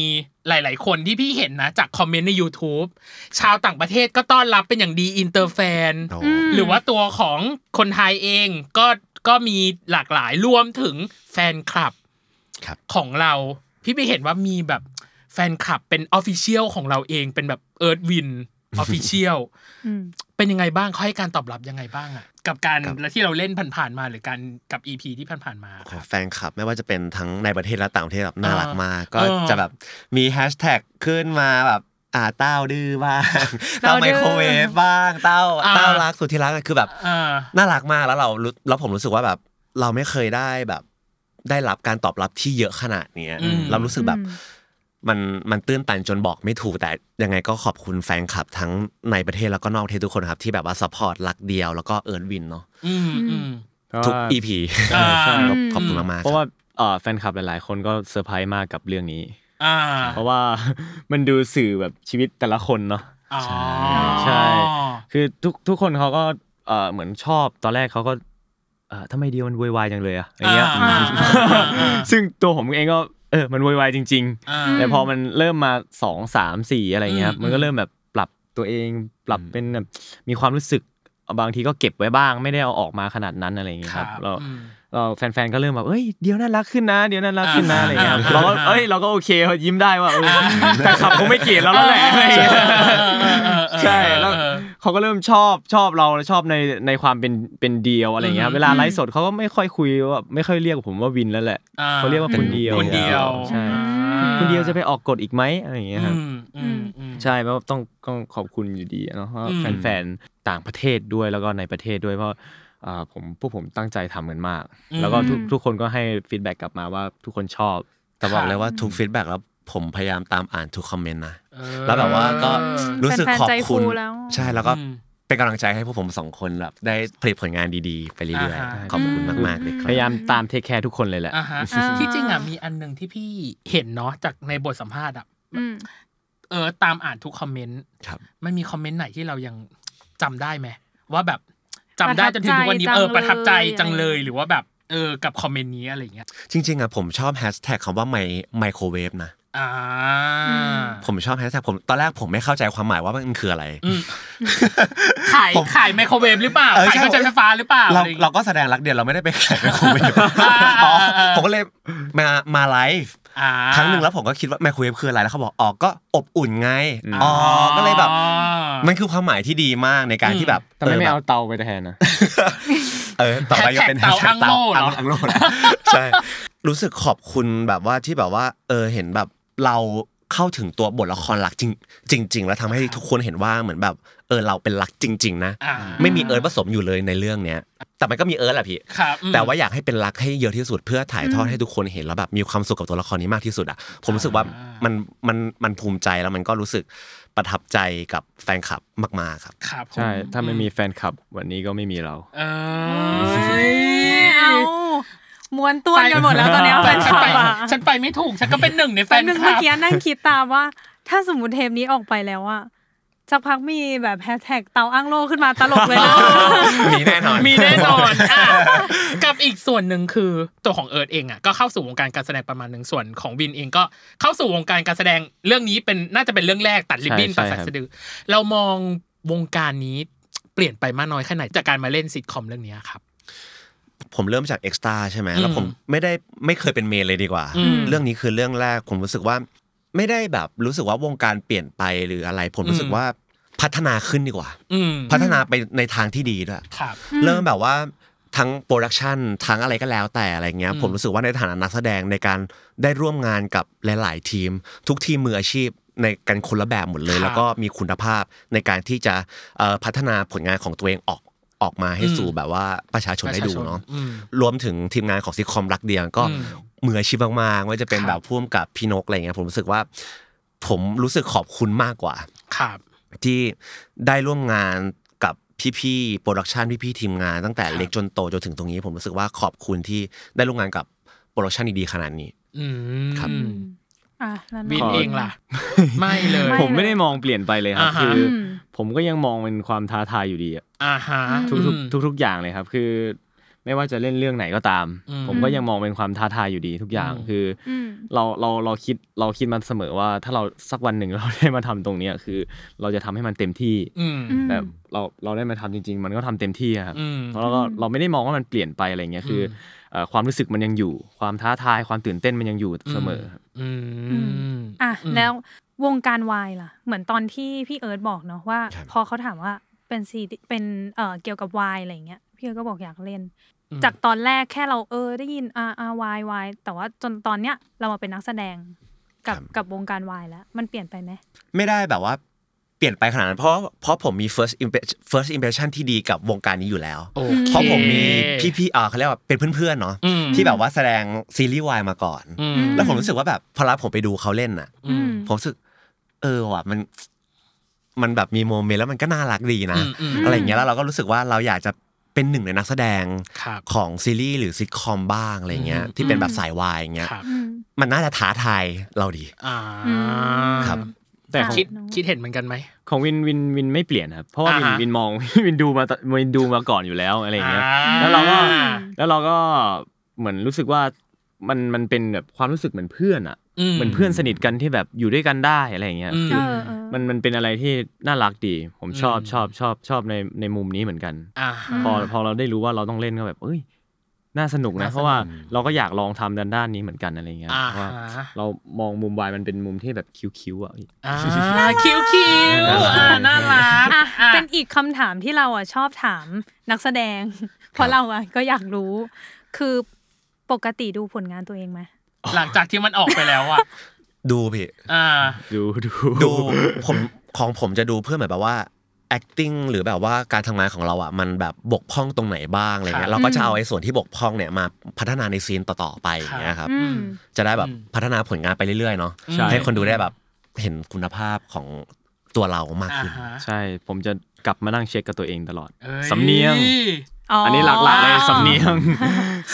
หลาย ๆ คนที่พี่เห็นนะ จากคอมเมนต์ใน YouTube ชาวต่างประเทศก็ต้อนรับเป็นอย่างดีอินเตอร์แฟน หรือว่าตัวของคนไทยเองก็ก็มีหลากหลายรวมถึงแฟนคลับ ครับ ของเรา พี่ไปเห็นว่ามีแบบแฟนคลับเป็นออฟฟิเชียลของเราเองเป็นแบบเอิร์ธ *laughs* วินออฟฟิเชียล อืม เป็นยังไงบ้างเขาให้การตอบรับยังไงบ้างอะกับการ ครับ และที่เราเล่นผ่านๆมาหรือการกับอีพีที่ผ่านๆมา ขอแฟนคลับไม่ว่าจะเป็นทั้งในประเทศและต่างประเทศแบบน่ารักมาก อ่า ก็ เออ จะแบบมีแฮชแท็กขึ้นมาแบบอ่าเต้าดื้อ *laughs* บ้าง เต้า เต้าไม ดื้อ โครเวฟบ้างเต้า อ่า เต้ารักสุดที่รักคือแบบ อ่า น่ารักมากแล้วเรารู้แล้วผมรู้สึกว่าแบบเราไม่เคยได้แบบได้รับการตอบรับที่เยอะขนาดเนี้ย อืม เรารู้สึกแบบมันมันตื้นตันจนบอกไม่ถูกแต่ยังไงก็ขอบคุณแฟนคลับทั้งในประเทศแล้วก็นอกประเทศทุกคนครับที่แบบว่าสปอร์ตรักเดียวแล้วก็เอิร์ธวินเนาะ อืมอืม ทุก เพราะว่า EP อ่า ใช่ ขอครั บบ ขอบคุณมากๆ เพราะว่าเอ่อแฟนคลับหลาย ๆ คนก็เซอร์ไพรส์มากกับเรื่องนี้ อ่า เพราะว่า มันดูสื่อแบบชีวิตแต่ละคนเนาะ อ๋อ ใช่ คือทุกทุกคนเขาก็เอ่อเหมือนชอบตอนแรกเขาก็เอ่อทำไมเดียวมันวุ่นวายจังเลยอะอย่างเงี้ย อ่าอ่าอ่าอ่า ซึ่งตัวผมเองก็เออมันวุ่นวายจริง อ่า ๆ แต่พอมันเริ่มมาสองสามสี่อะไรเงี้ยครับ อืม มันก็เริ่มแบบปรับตัวเองปรับเป็นแบบมีความรู้สึกบางทีก็เก็บไว้บ้าง ไม่ได้เอาออกมาขนาดนั้นอะไรเงี้ย ค ค รั รั บบ เรา อืม เราแฟนๆ ก็เริ่มแบบเอ้ย เดี๋ยวน่ารักขึ้นนะ เดี๋ยวน่ารักขึ้นนะ อ่า อะไรเงี้ย อ่า เราก็ เอ้ย เราก็โอเคเขายิ้มได้ว่าเออแต่ขับคงไม่เกลียดเราแล้วแหละอะไรเงี้ยใช่ แล้วเขาก็เริ่มชอบ ชอบเรา ชอบใน ในความเป็น เป็นเดียวอะไรเงี้ อื ย ม เวลาไลฟ์สดเขาก็ไม่ค่อยคุยว่า ไม่ค่อยเรียกผมว่าวินแล้วแหละ อ่ เขาเรียกว่าคนเดียว คนเดียว ใช่ อ่า คุณเดียวจะไปออกกฎอีกไหมอะไรเงี้ยครับ อืมอืมอืม ใช่เพราะต้องต้องขอบคุณอยู่ดีเนาะเพราะ อืม แฟนๆ ต่างประเทศด้วยแล้วก็ในประเทศด้วยเพราะเอ่อผมพวกผมตั้งใจทำกันมาก แล้วก็ทุก อืม ทุกคนก็ให้ฟีดแบ็กกลับมาว่าทุกคนชอบ แต่บอกเลยว่าทุกฟีดแบ็กแล้วผมพยายามตามอ่านทุกคอมเมนต์นะ เอ แล้วแบบว่าก็ อืม รู้สึกขอบ แฟนๆใจฟู คุณ แล้ว ใช่แล้วก็ อืม เป็นกำลังใจให้พวกผมสองคนแบบได้ผลิตผลงานดีๆ ไปเรื่อย อ่าฮะ ๆขอบคุณมากๆเลยค พ รับ ยายามตามเทคแคร์ทุกคนเลยแหละ อ่า *laughs* ฮะ อ่า ที่จริงอ่ะมีอันหนึ่งที่พี่เห็นเนาะจากในบทสัมภาษณ์อ่ะ อืม เออตามอ่านทุกคอมเมนต์ ครับ มันมีคอมเมนต์ไหนที่เรายังจำได้ไหมว่าแบบจำได้ ประทับ จนถึงทุกวันนี้ ใจจัง เออประทับใจจัง เลย เลยหรือว่าแบบเออกับคอมเมนต์นี้อะไรอย่างเงี้ย จริงๆอ่ะผมชอบแฮชแท็กคำว่าไมไมโครเวฟนะ อ่า ผมชอบแฮชแท็กผมตอนแรกผมไม่เข้าใจความหมายว่ามันคืออะไร อืม ขาย ผม ขายไมโครเวฟหรือเปล่า เออ ขาย ใช่ เครื่องใช้ไฟฟ้าหรือเปล่า เรา อะไรอย่าง เรา เงี้ย ก็แสดงรักเดียวเราไม่ได้ไปขายไมโครเวฟ อ่าอ่าอ่า อ๋อผมก็เลยมามาไลฟ์ อ่า ครั้งหนึ่งแล้วผมก็คิดว่าไมโครเวฟคืออะไรแล้วเขาบอกอ๋อก็อบอุ่นไง อืม อ๋อก็เลยแบบ มันคือความหมายที่ดีมากในการที่แบบ ทำไมไม่ แบบ เอาเตาไปแทนนะ เออต่อไปก็เป็น Hashtag เตา hashtag อังโล่เหรอังอ *laughs* โล่นะใช่ รู้สึกขอบคุณแบบว่าที่แบบว่า เออเห็นแบบเราเข้าถึงตัวบทละครหลักจริงจริง ๆ แล้วทำให้ทุกคนเห็นว่าเหมือนแบบ เออเราเป็นหลักจริง ๆ นะ อ่า ไม่มีเอิร์ธผสมอยู่เลยในเรื่องเนี้ย แต่มันก็มีเอิร์ธแหละพี่ ครับอืม แต่ว่าอยากให้เป็นรักให้เยอะที่สุดเพื่อถ่ายทอดให้ทุกคนเห็นแล้วแบบมีความสุขกับตัวละครนี้มากที่สุดอ่ะผมรู้สึกว่า อ่ามั มันมันมันภูมิใจแล้วมันก็รู้สึกประทับใจกับแฟนคลับมากๆครับ ครับผม ใช่ ถ้าไม่มีแฟนคลับวันนี้ก็ไม่มีเรา เอ เอ้ ย ยเอาม้วนตัวกันหมดแล้วตอนเนี้ยแฟนค ฉั ลั น บ ไป อ่ะ ฉันไปไม่ถูกฉันก็เป็นหนึ่งในแฟ แป๊บ น นึง ค เมื่อ ลับ กี้นั่งคิดตามว่า ถ้าสมมติเทปนี้ออกไปแล้วอ่ะสักพักมีแบบแฮชแท็กเตาอ้างโลขึ้นมาตลกเลยนะ มีแน่นอน มีแน่นอนอ่ะกับอีกส่วนหนึ่งคือตัวของเอิร์ธเองอ่ะก็เข้าสู่วงการการแสดงประมาณหนึ่งส่วนของวินเองก็เข้าสู่วงการการแสดงเรื่องนี้เป็นน่าจะเป็นเรื่องแรกตัดริบบิ้น ใช่ ตัด ใช่ สาย ครับ สะดือเรามองวงการนี้เปลี่ยนไปมากน้อยแค่ไหนจากการมาเล่นซิทคอมเรื่องนี้ครับ ผมเริ่มจากเอ็กซ์ตาใช่ไหมแล้ว อืม ผมไม่ได้ไม่เคยเป็นเมนเลยดีกว่า อืม เรื่องนี้คือเรื่องแรกผมรู้สึกว่า ไม่ได้แบบรู้สึกว่าวงการเปลี่ยนไปหรืออะไร ผมรู้สึ อื ก ม ว่าพัฒนาขึ้นดีกว่า อืม พัฒนาไปในทางที่ดีด้วย ครับ เริ่มแบบว่าทั้งโปรดักชันทั้งอะไรก็แล้วแต่อะไรเงี้ย อืม ผมรู้สึกว่าในฐานะนักแสดงในการได้ร่วมงานกับหลาย ๆ ทีม ทุกทีมมืออาชีพในกันคนละแบบหมดเลย แล้วก็มีคุณภาพในการที่จะเอ่อพัฒนาผลงานของตัวเองออกออกมาให้สู่แบบว่าประชาชนได้ดูเนาะ อืม รวมถึงทีมงานของซิทคอมรักเดียงก็ อืม มืออาชีพมากๆว่าจะเป็น ครับ แบบพ่วมกับพี่นกอะไรเงี้ยผมรู้สึกว่า ผมรู้สึกขอบคุณมากกว่า ครับ ที่ได้ร่วมงานกับพี่ๆโปรดักชันพี่ๆทีมงานตั้งแต่ ครับ เล็กจนโตจนถึงตรงนี้ ผมรู้สึกว่าขอบคุณที่ได้ร่วมงานกับโปรดักชันดีๆขนาดนี้ อืม ครับ อ่ะแล้ว วิน น้อง เองล่ะ ไม่เลย ไม่ ผมไม่ได้มองเปลี่ยนไปเลยครับ อ่าฮะ คืออ ม ผมก็ยังมองเป็นความท้าทายอยู่ดีอะ อ่าฮะ อืม ทุกๆทุก ๆ อย่างเลยครับ คือไม่ว่าจะเล่นเรื่องไหนก็ตาม อืม ผมก็ยังมองเป็นความท้าทายอยู่ดีทุกอย่าง อืม คืออ อืม เราเราเราคิดเราคิดมันเสมอว่าถ้าเราสักวันหนึ่งเราได้มาทำตรงเนี้ยคือ เราจะทำให้มันเต็มที่ อืม อืม แบบเราเราได้มาทำจริง ๆ มันก็ทำเต็มที่อะครับ อืม แล้วก็เราไม่ได้มองว่ามันเปลี่ยนไปอะไรเงี้ยคืออเอ่อความรู้สึกมันยังอยู่ ความท้าทายความตื่นเต้นมันยังอยู่เสมอ อืม อ่ะแล้ววงการวายล่ะ เหมือนตอนที่พี่เอิร์ธบอกเนาะว่า ครับ พอเขาถามว่าเป็นซีรีส์เป็นเอ่อเกี่ยวกับวายอะไรอย่างเงี้ยพี่เอิร์ธก็บอกอยากเล่น อืม จากตอนแรกแค่เราเออได้ยินอ่าอ่าวายวายแต่ว่าจนตอนเนี้ยเรามาเป็นนักแสดงกับ ครับ กับวงการวายแล้ว มันเปลี่ยนไปไหม ไม่ได้แบบว่าเปลี่ยนไปขนาดนั้นเพราะเพราะผมมี first impression first impression ที่ดีกับวงการนี้อยู่แล้ว โอค เพราะผมมีพี่ๆอ่าเขาเรียกว่าเป็นเพื่อนๆเนาะ อืม ที่แบบว่าแสดงซีรีส์วายมาก่อน อืม แล้วผมรู้สึกว่าแบบพอรับผมไปดูเขาเล่นน่ะ อืม ผมรู้สึก เออว่ะมัน มันแบบมีโมเมนต์แล้วมันก็น่ารักดีนะ อืมอืม อะไรอย่างเงี้ยแล้วเราก็รู้สึกว่าเราอยากจะเป็นหนึ่งในนักแสดง ครับ ของซีรีส์หรือซิทคอมบ้างอะไรเงี้ย อืม ที่เป็นแบบสายวายอย่างเงี้ย ครับ อืม มันน่าจะท้าทายเราดี อ่า อืม ครับ แต่ของ คิด อ่ะ คิดเห็นเหมือนกันไหม ของวินวินวินไม่เปลี่ยนครับเพราะว่าวิน อ่าฮะ วินมอง *laughs* วินดูมาตวินดูมาก่อนอยู่แล้วอะไรอย่างเงี้ย อ่ แล้วเราก็ อืม แล้วเราก็เหมือนรู้สึกว่ามันมันเป็นแบบความรู้สึกเหมือนเพื่อนอ่ะเหมือนเพื่อนสนิทกันที่แบบอยู่ด้วยกันได้อะไรอย่างเงี้ย อืม เออเออ มันมันเป็นอะไรที่น่ารักดี ผมชอบ อืม ชอบชอบชอบในในมุมนี้เหมือนกัน อ่า อืม พอพอเราได้รู้ว่าเราต้องเล่นก็แบบ เอ้ย น่าสนุกนะ น่าสนุก เพราะว่าเราก็อยากลองทำด้านด้านนี้เหมือนกันอะไรเงี้ย อ่า เพราะว่า ฮะ เรามองมุมวายมันเป็นมุมที่แบบคิ้วๆอ่ะ อ่าคิ้วคิ้วอ่าน่ารัก อ่ะ อ่ะ เป็นอีกคำถามที่เราอ่ะชอบถามนักแสดง *laughs* เพราะเราอ่ะก็อยากรู้ คือปกติดูผลงานตัวเองไหม หลังจากที่มันออกไปแล้วอ่ะ ดูพี่ *laughs* อ่า ดูดู ดูผมของผมจะดูเพื่อเหมือนแบบว่า acting หรือแบบว่าการทำงานของเราอ่ะมันแบบบกพร่องตรงไหนบ้างอะไร ครั เงี้ บ ยเราก็ อื จะ ม เอาไอ้ส่วนที่บกพร่องเนี่ยมาพัฒนาในซีนต่อๆไปอย่างเงี้ยครับ อืม จะได้แบบ อืม พัฒนาผลงานไปเรื่อยๆเนาะ ใช่ ให้คนดูได้แบบ เห็นคุณภาพของตัวเรามาก อ่า ขึ้น ฮะ ใช่ ผมจะกลับมานั่งเช็คกับตัวเองตลอด อ้ สำเนียง อันนี้หลักๆเลยสำเนียง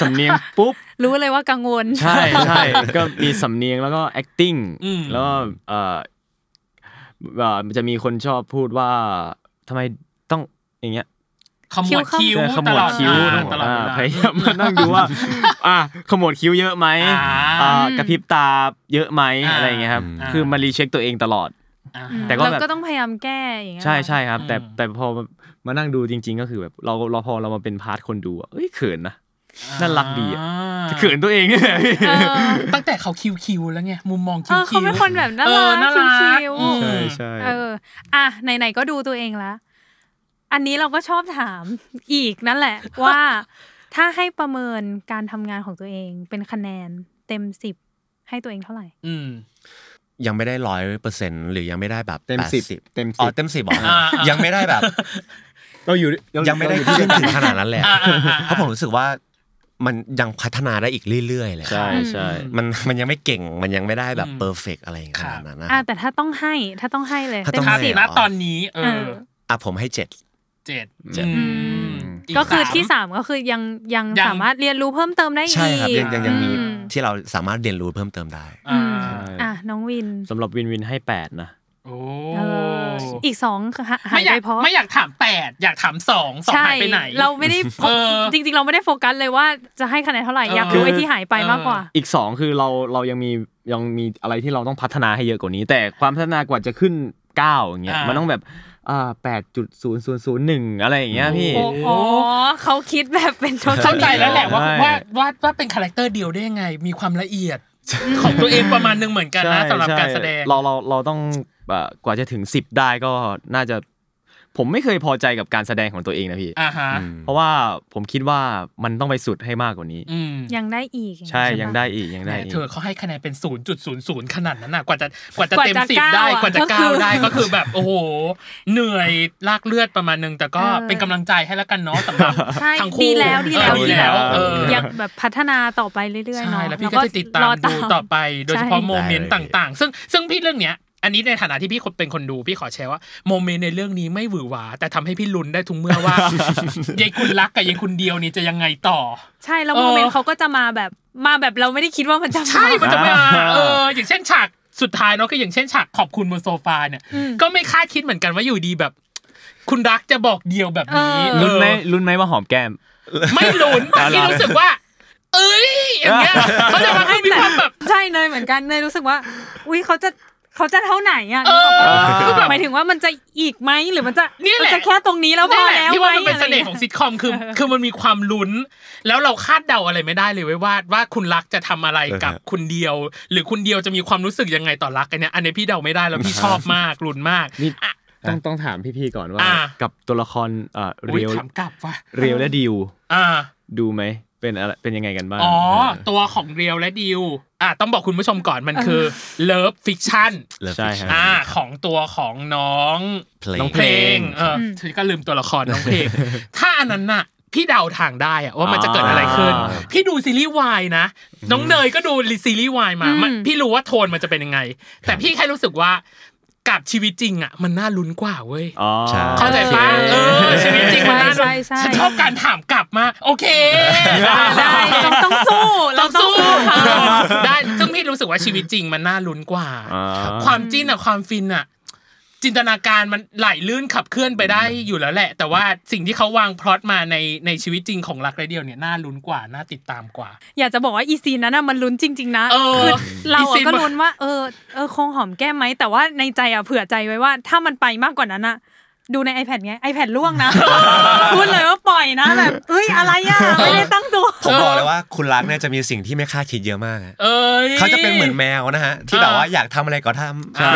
สำเนียงปุ๊บ *laughs* รู้เลยว่ากังวล ใช่ใช่ก็มีสำเนียงแล้วก็ acting อืม แล้วก็เอ่อเอ่อมันจะมีคนชอบพูดว่าทำไมต้องอย่างเงี้ย ขมวดคิ้ว เออข ต มว ล ด อด คิ้ว เวลา ต้องบอก ตลอด อ่า เวลา พยายามมานั่งดูว่า อ่ะขมวดคิ้วเยอะไหม อ่า อ่ากระพริบตาเยอะไหม อ่า อะไรอย่างเงี้ยครับ อ่า คือมารีเช็คตัวเองตลอด อ่า แต่ก็แบบ เราก็ต้องพยายามแก้อย่างเงี้ย ใช่ใช่ครับ แต่ อืม แต่พอมานั่งดูจริง ๆ ก็คือแบบเราเราพอเรามาเป็นพาร์ทคนดูอะเอ้ยเขินนะ น่ารักดีอะ เขินตัวเองเนี่ *laughs* ยแหละพี่ เออ ตั้งแต่เขาคิวคิวแล้วไงมุมมอง เอ คิว อ คิ เขา ว เป็นคนแบบน่า เออ รั น่าก รัก ชิว อืม ใช่ใช่ ๆเออ อ่ะไหนๆก็ดูตัวเองละอันนี้เราก็ชอบถามอีกนั่นแหละ *laughs* ว่าถ้าให้ประเมินการทำงานของตัวเองเป็นคะแนนเต็มสิบให้ตัวเองเท่าไหร่ อืม ยังไม่ได้ร้อยเปอร์เซ็นต์หรือยังไม่ได้แบบ เต็ม แปด สิบ สิบ เต็ม อ๋อ สิบ เต็มสิบบอก อ่า ยังไม่ได้ *laughs* แบบ เราอยู่ ยังไม่ได้ เราอ ขึ้น ที่ ถึงขนาดนั้นแหละ อ่าอ่าอ่า เพราะผมรู้สึกว่ามันยังพัฒนาได้อีกเรื่อยๆเลย ใช่ใช่ มันมันยังไม่เก่งมันยังไม่ได้แบบ อืม เพอร์เฟกอะไรอย่างขนาดนั้นนะ อ่ะแต่ถ้าต้องให้ถ้าต้องให้เลย ถ้า เต็ ต้อ ม ง ครั ให้ บ สิบ เหร นะตอนนี้ เอ เอ อ อ อ่ะผมให้เจ็ด เจ็ด เจ็ด อืม ก็คือที่ สาม สามก็คือยังยัง ยัง สามารถเรียนรู้เพิ่มเติมได้อีก ใช่ครับยังยังยังมี อื ที่เราสามารถเรียนรู้เพิ่มเติมได้ อ่า อ่ะน้องวิน สำหรับวินวินให้ 8 นะ โอ้ เอออีกสองหาหา ไม่ ย อยา ไป ก เพราะ ไม่อยากถามแปดอยากถามสองสอง ใช่ หายไปไหน เราไม่ *laughs* ได้ เออ จริง ๆ เราไม่ได้โฟกัสเลยว่าจะให้คะแนนเท่าไหร่ เออ อยากรู้ไอ้ที่หายไป เออ มากกว่า อีก 2 คือเราเรายังมียังมีอะไรที่เราต้องพัฒนาให้เยอะกว่านี้ แต่ความพัฒนากว่าจะขึ้น 9 อย่างเงี้ย อ่ามั มันต้องแบบอ่าแปดจุดศูนย์ศูนย์ศูนย์หนึ่งอะไรอย่างเงี้ยพี่ โอ้โหเขาคิดแบบเป็นชน เข้าใจแล้วแหละว่า ใช่ ว่าว่าว่าเป็นคาแรคเตอร์เดียวได้ยังไง มีความละเอียดของตัวเองประมาณหนึงเหมือนกันนะ ใช่ สำหรับการแสดง ใช่เราเราเราต้องเอ่อกว่าจะถึง 10 ได้ก็น่าจะ ผมไม่เคยพอใจกับการแสดงของตัวเองนะพี่ อ่าฮะ เพราะว่าผมคิดว่ามันต้องไปสุดให้มากกว่านี้ อืม ยังได้อีก ใช่ ปะ ยังได้อีกยังได้ แหม่ อีก เธอเขาให้คะแนนเป็น 0.00 ขนาดนั้นน่ะกว่าจะกว่าจะ กว่า เต็ม จะ สิบ ก้าว ได้ อะ กว่าจะ ก็คื ก้าว อ ได้ก็คือแบบโอ้โห เหนื่อยลากเลือดประมาณนึงแต่ก็ เออ เป็นกำลังใจให้แล้วกันเนาะสำหรับ ใช่ ทั้งคู่ ดีแล้วดีแล้ว เออ ดีแล้ว เออ ยังแบบพัฒนาต่อไป *laughs* เรื่อยๆ ใช่ เนาะ แล้วพี่ก็จะติดตาม ร ดูต่อไป โดยเฉพาะ ใช่ โมเมนต์ต่าง ๆ ซึ่งซึ่งพี่เรื่องเนี้ย อันนี้ในฐานะที่พี่เป็นคนดูพี่ขอแชร์ว่าโมเมนต์ในเรื่องนี้ไม่หวือหวา แต่ทำให้พี่ลุ้นได้ทุกเมื่อ *laughs* ว่ายายคุณรักกับยายคุณเดียวนี่จะยังไงต่อ ใช่แล้ว เออ โมเมนต์เขาก็จะมาแบบมาแบบเราไม่ได้คิดว่ามันจะมา ใช่มันจะมา อ่า เออ อย่างเช่นฉากสุดท้ายเนาะก็อย่างเช่นฉากขอบคุณบนโซฟาเนี่ย อืม ก็ไม่คาดคิดเหมือนกันว่าอยู่ดีแบบ คุณรักจะบอกเดียวแบบนี้ เออ ลุ้นไหม เออ ลุ้นไหมว่าหอมแก้ม ไม่ลุ้นแต่ที่รู้สึกว่า เอ้ยอย่างเงี้ยเขาจะมาให้มีความแบบ ใช่เนยเหมือนกันเนยรู้สึกว่า อุ้ยเขาจะเขาจะเท่าไหนอ่ะ เออ นึกออกปะ คือแบบ หมายถึงว่ามันจะอีกไหมหรือมันจะ เนี่ยแหละ มัจะแค่ตรงนี้แล้วพ นั่ อน แหละ แล้ว ที่ ไหม ว่ามันเป็น อะไร เสน่ห์ของซิทคอมคือ คือมันมีความลุ้น แล้วเราคาดเดาอะไรไม่ได้เลยเว้ยว่าว่าคุณรักจะทำอะไรกับ เออฮะ คุณเดียว หรือคุณเดียวจะมีความรู้สึกยังไงต่อรักอันเนี้ยอันนี้พี่เดาไม่ได้แล้วพี่ชอบมากลุ้นมาก นี่ต้องต้องถามพี่ๆก่อนว่า อ่า กับตัวละครเอ่อ อุ้ย เรียว ถามกลับว่ะ เรียวและดิว อ่า ดูไหมเป็นอะไรเป็นยังไงกันบ้าง อ๋อ เ ตัวของเรียวและดิวอ่ะต้องบอกคุณผู้ชมก่อนมันคือเลิฟฟิกชั่น Love ใช่ฮะ Fiction อ่าของตัวของน้อง เพลง น้อง เพลงเออฉันก็ลืมตัวละครน้องเพลง *laughs* ถ้าอันนั้นน่ะ พี่เดาทางได้อะว่ามันจะเกิดอะไรขึ้น อ่า พี่ดูซีรีส์วายนะ น้องเนยก็ดูซีรีส์วายมามันพี่รู้ว่าโทนมันจะเป็นยังไง แต่พี่แค่รู้สึกว่ากับชีวิตจริงอ่ะมันน่าลุ้นกว่าเว้ย อ๋อ ใช่ เข้าใจปะเอ *laughs* อชีวิตจริงมันน่าลุ้ ใช่ น ใช่ ฉันช ใช่ อบการถามกลับมากโอเค ได้ต้องต้องสู้เราต้ต้ององ สู้ สู้ค่ะ ได้ซึ่งพี่รู้สึกว่าชีวิตจริงมันน่าลุ้นกว่า อ่า ความจิ้นอะความฟินอะจินตนาการมันไหลลื่นขับเคลื่อนไปได้อยู่แล้วแหละ แต่ว่าสิ่งที่เขาวางพล็อตมาในในชีวิตจริงของรักไรเดียวเนี่ยน่าลุ้นกว่าน่าติดตามกว่า อยากจะบอกว่าอีซีนนั้นน่ะมันลุ้นจริง ๆ นะ เออ คือเรา อีซี อะ น ก็ลุ้นว่า เออเออคงหอมแก้มไหมแต่ว่าในใจอะเผื่อใจไว้ว่า ถ้ามันไปมากกว่านั้นอะดูใน iPad ไง iPad ล่วง *laughs* นะพูดเลยว่าปล่อยนะแบบเอ้ยอะไรอะไม่ได้ตั้งตัว ผมบอกเลยว่าคุณรักเนี่ยจะมีสิ่งที่ไม่คาดคิดเยอะมากอะ เอ้ย เขาจะเป็นเหมือนแมวนะฮะ ที่แบบว่าอยากทำอะไรก็ทำ อ่า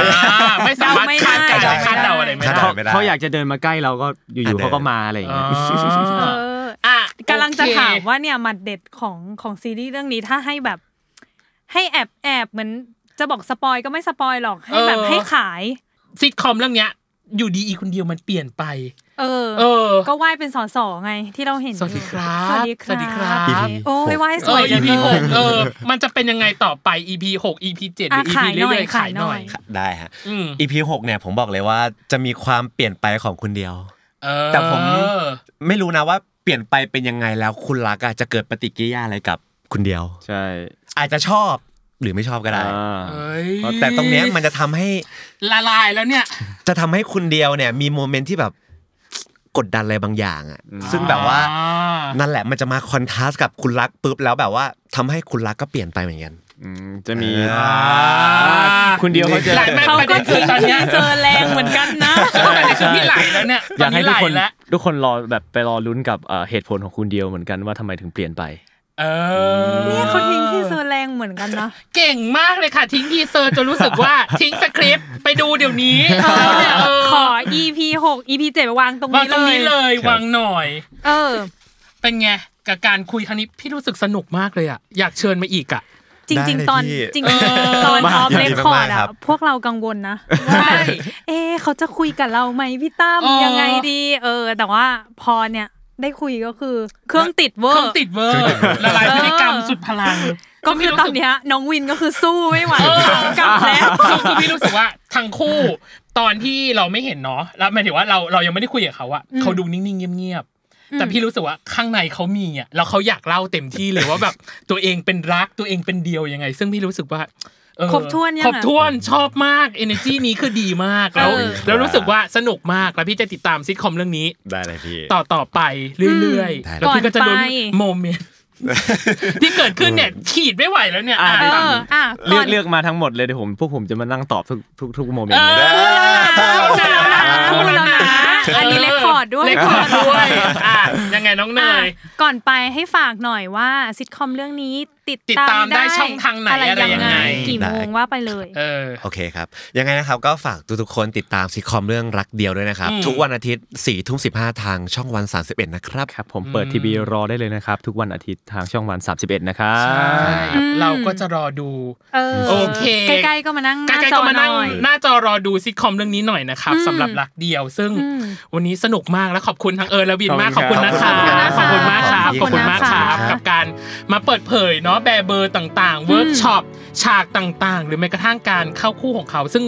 ไม่สามารถคาดการณ์ เดาไม่ได้ คาดเดาอะไรไม่ คาดเดได้เขา ไม่ไ เขาอยากจะเดินมาใกล้เราก็อยู่ๆเขาก็มาอะไรอย่าง อ๋ เงี้ย เออออ่ะ กำลังจะ โอเค ถามว่าเนี่ยหมัดเด็ดของของซีรีส์เรื่องนี้ถ้าให้แบบ ให้แอบแอบเหมือนจะบอกสปอยก็ไม่สปอยหรอกให้แบบ เออ ให้ขาย ซิทคอมเรื่องเนี้ย อยู่ดีอีคนเดียวมันเปลี่ยนไป เออ เออ ก็ไหว้เป็นสอสอไงที่เราเห็นอยู่ สวัสดีครับ สวัสดีค สรัวัสดีครับ บ EP โอ้ยไหว้ส เอ วย อ จัง EP เล ห ย กเออ มันจะเป็นยังไงต่อไป EP หก EP เจ็ดหรือ อ่ะ EP ขายหน่ เรื่ อย อยๆ ขา ขาย ย ห ห น่ น่ อ อย ย ได้ฮะ อืม EP หกเนี่ยผมบอกเลยว่าจะมีความเปลี่ยนไปของคุณเดียว เออ แต่ผม ไม่รู้นะว่าเปลี่ยนไปเป็นยังไงแล้วคุณรักอะจะเกิดปฏิกิริยาอะไรกับคุณเดียว ใช่ อาจจะชอบหรือไม่ชอบก็ได้ อ่า เอ้ย แต่ตรงเนี้ยมันจะทำให้ ละลายแล้วเนี่ย จะทำให้คุณเดียวเนี่ย มีโมเมนต์ที่แบบกดดันอะไรบางอย่างอ่ะ อืม ซึ่งแบบว่า อ่า นั่นแหละมันจะมาคอนทราสต์กับคุณรักปุ๊บแล้วแบบว่าทำให้คุณรักก็เปลี่ยนไปเหมือนกัน อืมจะมี อ่า คุณเดียวเขาจะ หลายไม่ เขา ประ ก็ เด็นคื ทิ้ อง ตอน ที เนี้ย เซอร์แรงเหมือนกันนะ ประเด็นคือพี่ไหลแล้วเนี่ย อยากให้ ต ทุก ไหล คน แล้ว ทุกคนรอแบบไปรอลุ้นกับเอ่อเหตุผลของคุณเดียวเหมือนกันว่าทำไมถึงเปลี่ยนไป เออ เนี่ยเขาทิ้งทีเซอร์แรงเหมือนกันนะ เก่งมากเลยค่ะ ทิ้งทีเซอร์จนรู้สึกว่า ทิ้งสคริปต์ไปดูเดี๋ยวนี้แล้วเนี่ยเออ ขอ EP 6 EP 7ไปวางตรง วาง นี้ ตรงนี้เลยวางหน่อย เออ เป็นไงกับการคุยครั้งนี้พี่รู้สึกสนุกมากเลยอ่ะอยากเชิญมาอีกอ่ะ จริง ได้เลย ๆ ตอน พี่ จริง เออ ๆตอน มา ออฟ อย่าง เร ดี คคอมาร์ดกๆครั อะ บ พวกเรากังวลนะ ใช่ เอ๊ะเขาจะคุยกับเราไหมพี่ตั้ม เออ ยังไงดี เออ แต่ว่าพอเนี่ย ได้คุยก็คือ เครื่องติดเวอ เค ร์ รื่องติดเวอร์ละลายพฤติกรรมสุดพลัง ก็คือตอนเนี้ยน้องวินก็คือสู้ไม่ไหว เออก ลับแล้ว คือพี่รู้สึกว่าทั้งคู่ ตอนที่เราไม่เห็นเนาะแล้วหมายถึงว่าเราเรายังไม่ได้คุยกับเขาอะ อืม เขาดูนิ่งๆเงียบๆ แต่พี่รู้สึกว่าข้างในเขามีอ่ะแล้วเขาอยากเล่าเต็มที่เลยว่าแบบ ตัวเองเป็นรักตัวเองเป็นเดียวยังไง ซึ่งพี่รู้สึกว่าเออ ครบถ้วนยังอะ ครบถ้วนชอบมาก energy นี้คือดีมากแล้ว เออ แล้วรู้สึกว่าสนุกมากแล้วพี่จะติดตามซิทคอมเรื่องนี้ ได้เลยพี่ ต่อต่อไปเรื่อย ได้ ๆแล้วพี่ก็จะลุ้นโมเมนต์ *laughs* ที่เกิดขึ้นเนี่ยขีดไม่ไหวแล้วเนี่ยอ่ะ เอ ตาม ออ่ะ เลื ก่ อ อน กเลือกมาทั้งหมดเลยเดี๋ยวผมพวกผมจะมานั่งตอบทุกทุกทุกโมเมน เอ ต์เลย อ พูดแล้วนะพูดแล้วนะอันนี้เรคคอร์ดด้วย เลคคอร์ดด้วยอ่ะยังไงน้องเนย อ่ะก่อนไปให้ฝากหน่อยว่าซิทคอมเรื่องนี้ติด ติดตามได้ช่องทางไหนอะไรยังไง กี่โมงว่าไปเลย เออ โอเคครับ ยังไงนะครับก็ฝากทุกๆคนติดตามซีคอมเรื่องรักเดียวด้วยนะครับ อืม ทุกวันอาทิตย์4ี่ทุ่มสิทางช่องวัน 31 นะครับ ครับผมเปิดทีวีรอได้เลยนะครับ ทุกวันอาทิตย์ทางช่องวัน 31 นะครัใชบ่เราก็จะรอดู เออ โอเค ใกล้ๆก็มานั่งห ใก น้า ล้ จอๆก็มา ห นั่ง น่อย หน้าจอรอดูซิทคอมเรื่องนี้หน่อยนะครับ อืม สำหรับรักเดียว ซึ่ง อืม วันนี้สนุกมากและขอบคุณทั้งเอิร์นและบินมากข ข อ อ บบคุคุณ ณ นะ ครั คะ บ ขอบคุณมากครับขอขอบบ คุ คุณมามณาก ก ค ค่ะ รับกับการมาเปิดเผยเนาะแบร์เบอร์ต่างๆเวิร์กช็อปฉากต่างๆ หรือแม้กระทั่งการเข้าคู่ของเขา ซึ่ง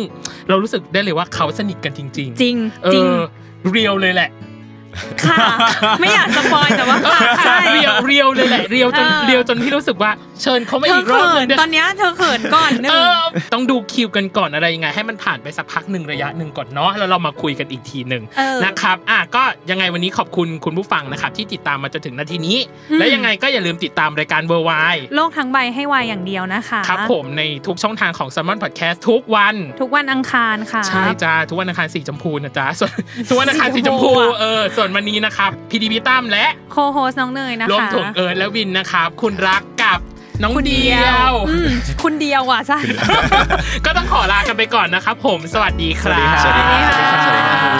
เรารู้สึกได้เลยว่าเขาสนิทกันจริง จริง เอ จริง อเรียวเลยแหละ *laughs* ค่ะ ไม่อยากสปอยแต่ว่าค่ะใช่ เรียวเรียวเลยแหละเรียวจน เออ เรียวจนพี่รู้สึกว่าเชิญเขามา เธ อี อก รอบ เขินหนึงเดี๋ยว ตอนเนี้ยเธอเขินก่อนหนึ่ เอง อต้องดูคิวกันก่อนอะไรยังไง ให้มันผ่านไปสักพักหนึ่งระยะหนึ่งก่อนเนาะแล้วเรามาคุยกันอีกทีหนึ่ง เออ นะครับอ่ะก็ยังไงวันนี้ขอบคุณคุณผู้ฟังนะครับที่ติดตามมาจนถึงนาทีนี้ อืม และยังไงก็อย่าลืมติดตามรายการเวอร์ไว โลกทั้งใบให้วายอย่างเดียวนะคะ ครับผมในทุกช่องทางของ s ซ m มอนพอดแคสต์ทุกวัน ทุกวันอังคารค่ะ ใช่จ้าทุกวันอังคารสีชมพูนะจ๊ะ *laughs* ส่วนทุกวันอังคาร สี สีช ช ม มพู พู อะ เออส่วนวันนี้นะครับพีดีพีตั้มและ โคโฮสน้องเนยนะคะ รวมถึงเอิร์ธและวินนะครับคุณรักกับน้องเดียว อืมคุณเดียวอ่ะใช่ ก็ต้องขอลากันไปก่อนนะครับผม สวัสดีครับ สวัสดีครับ สวัสดีครับ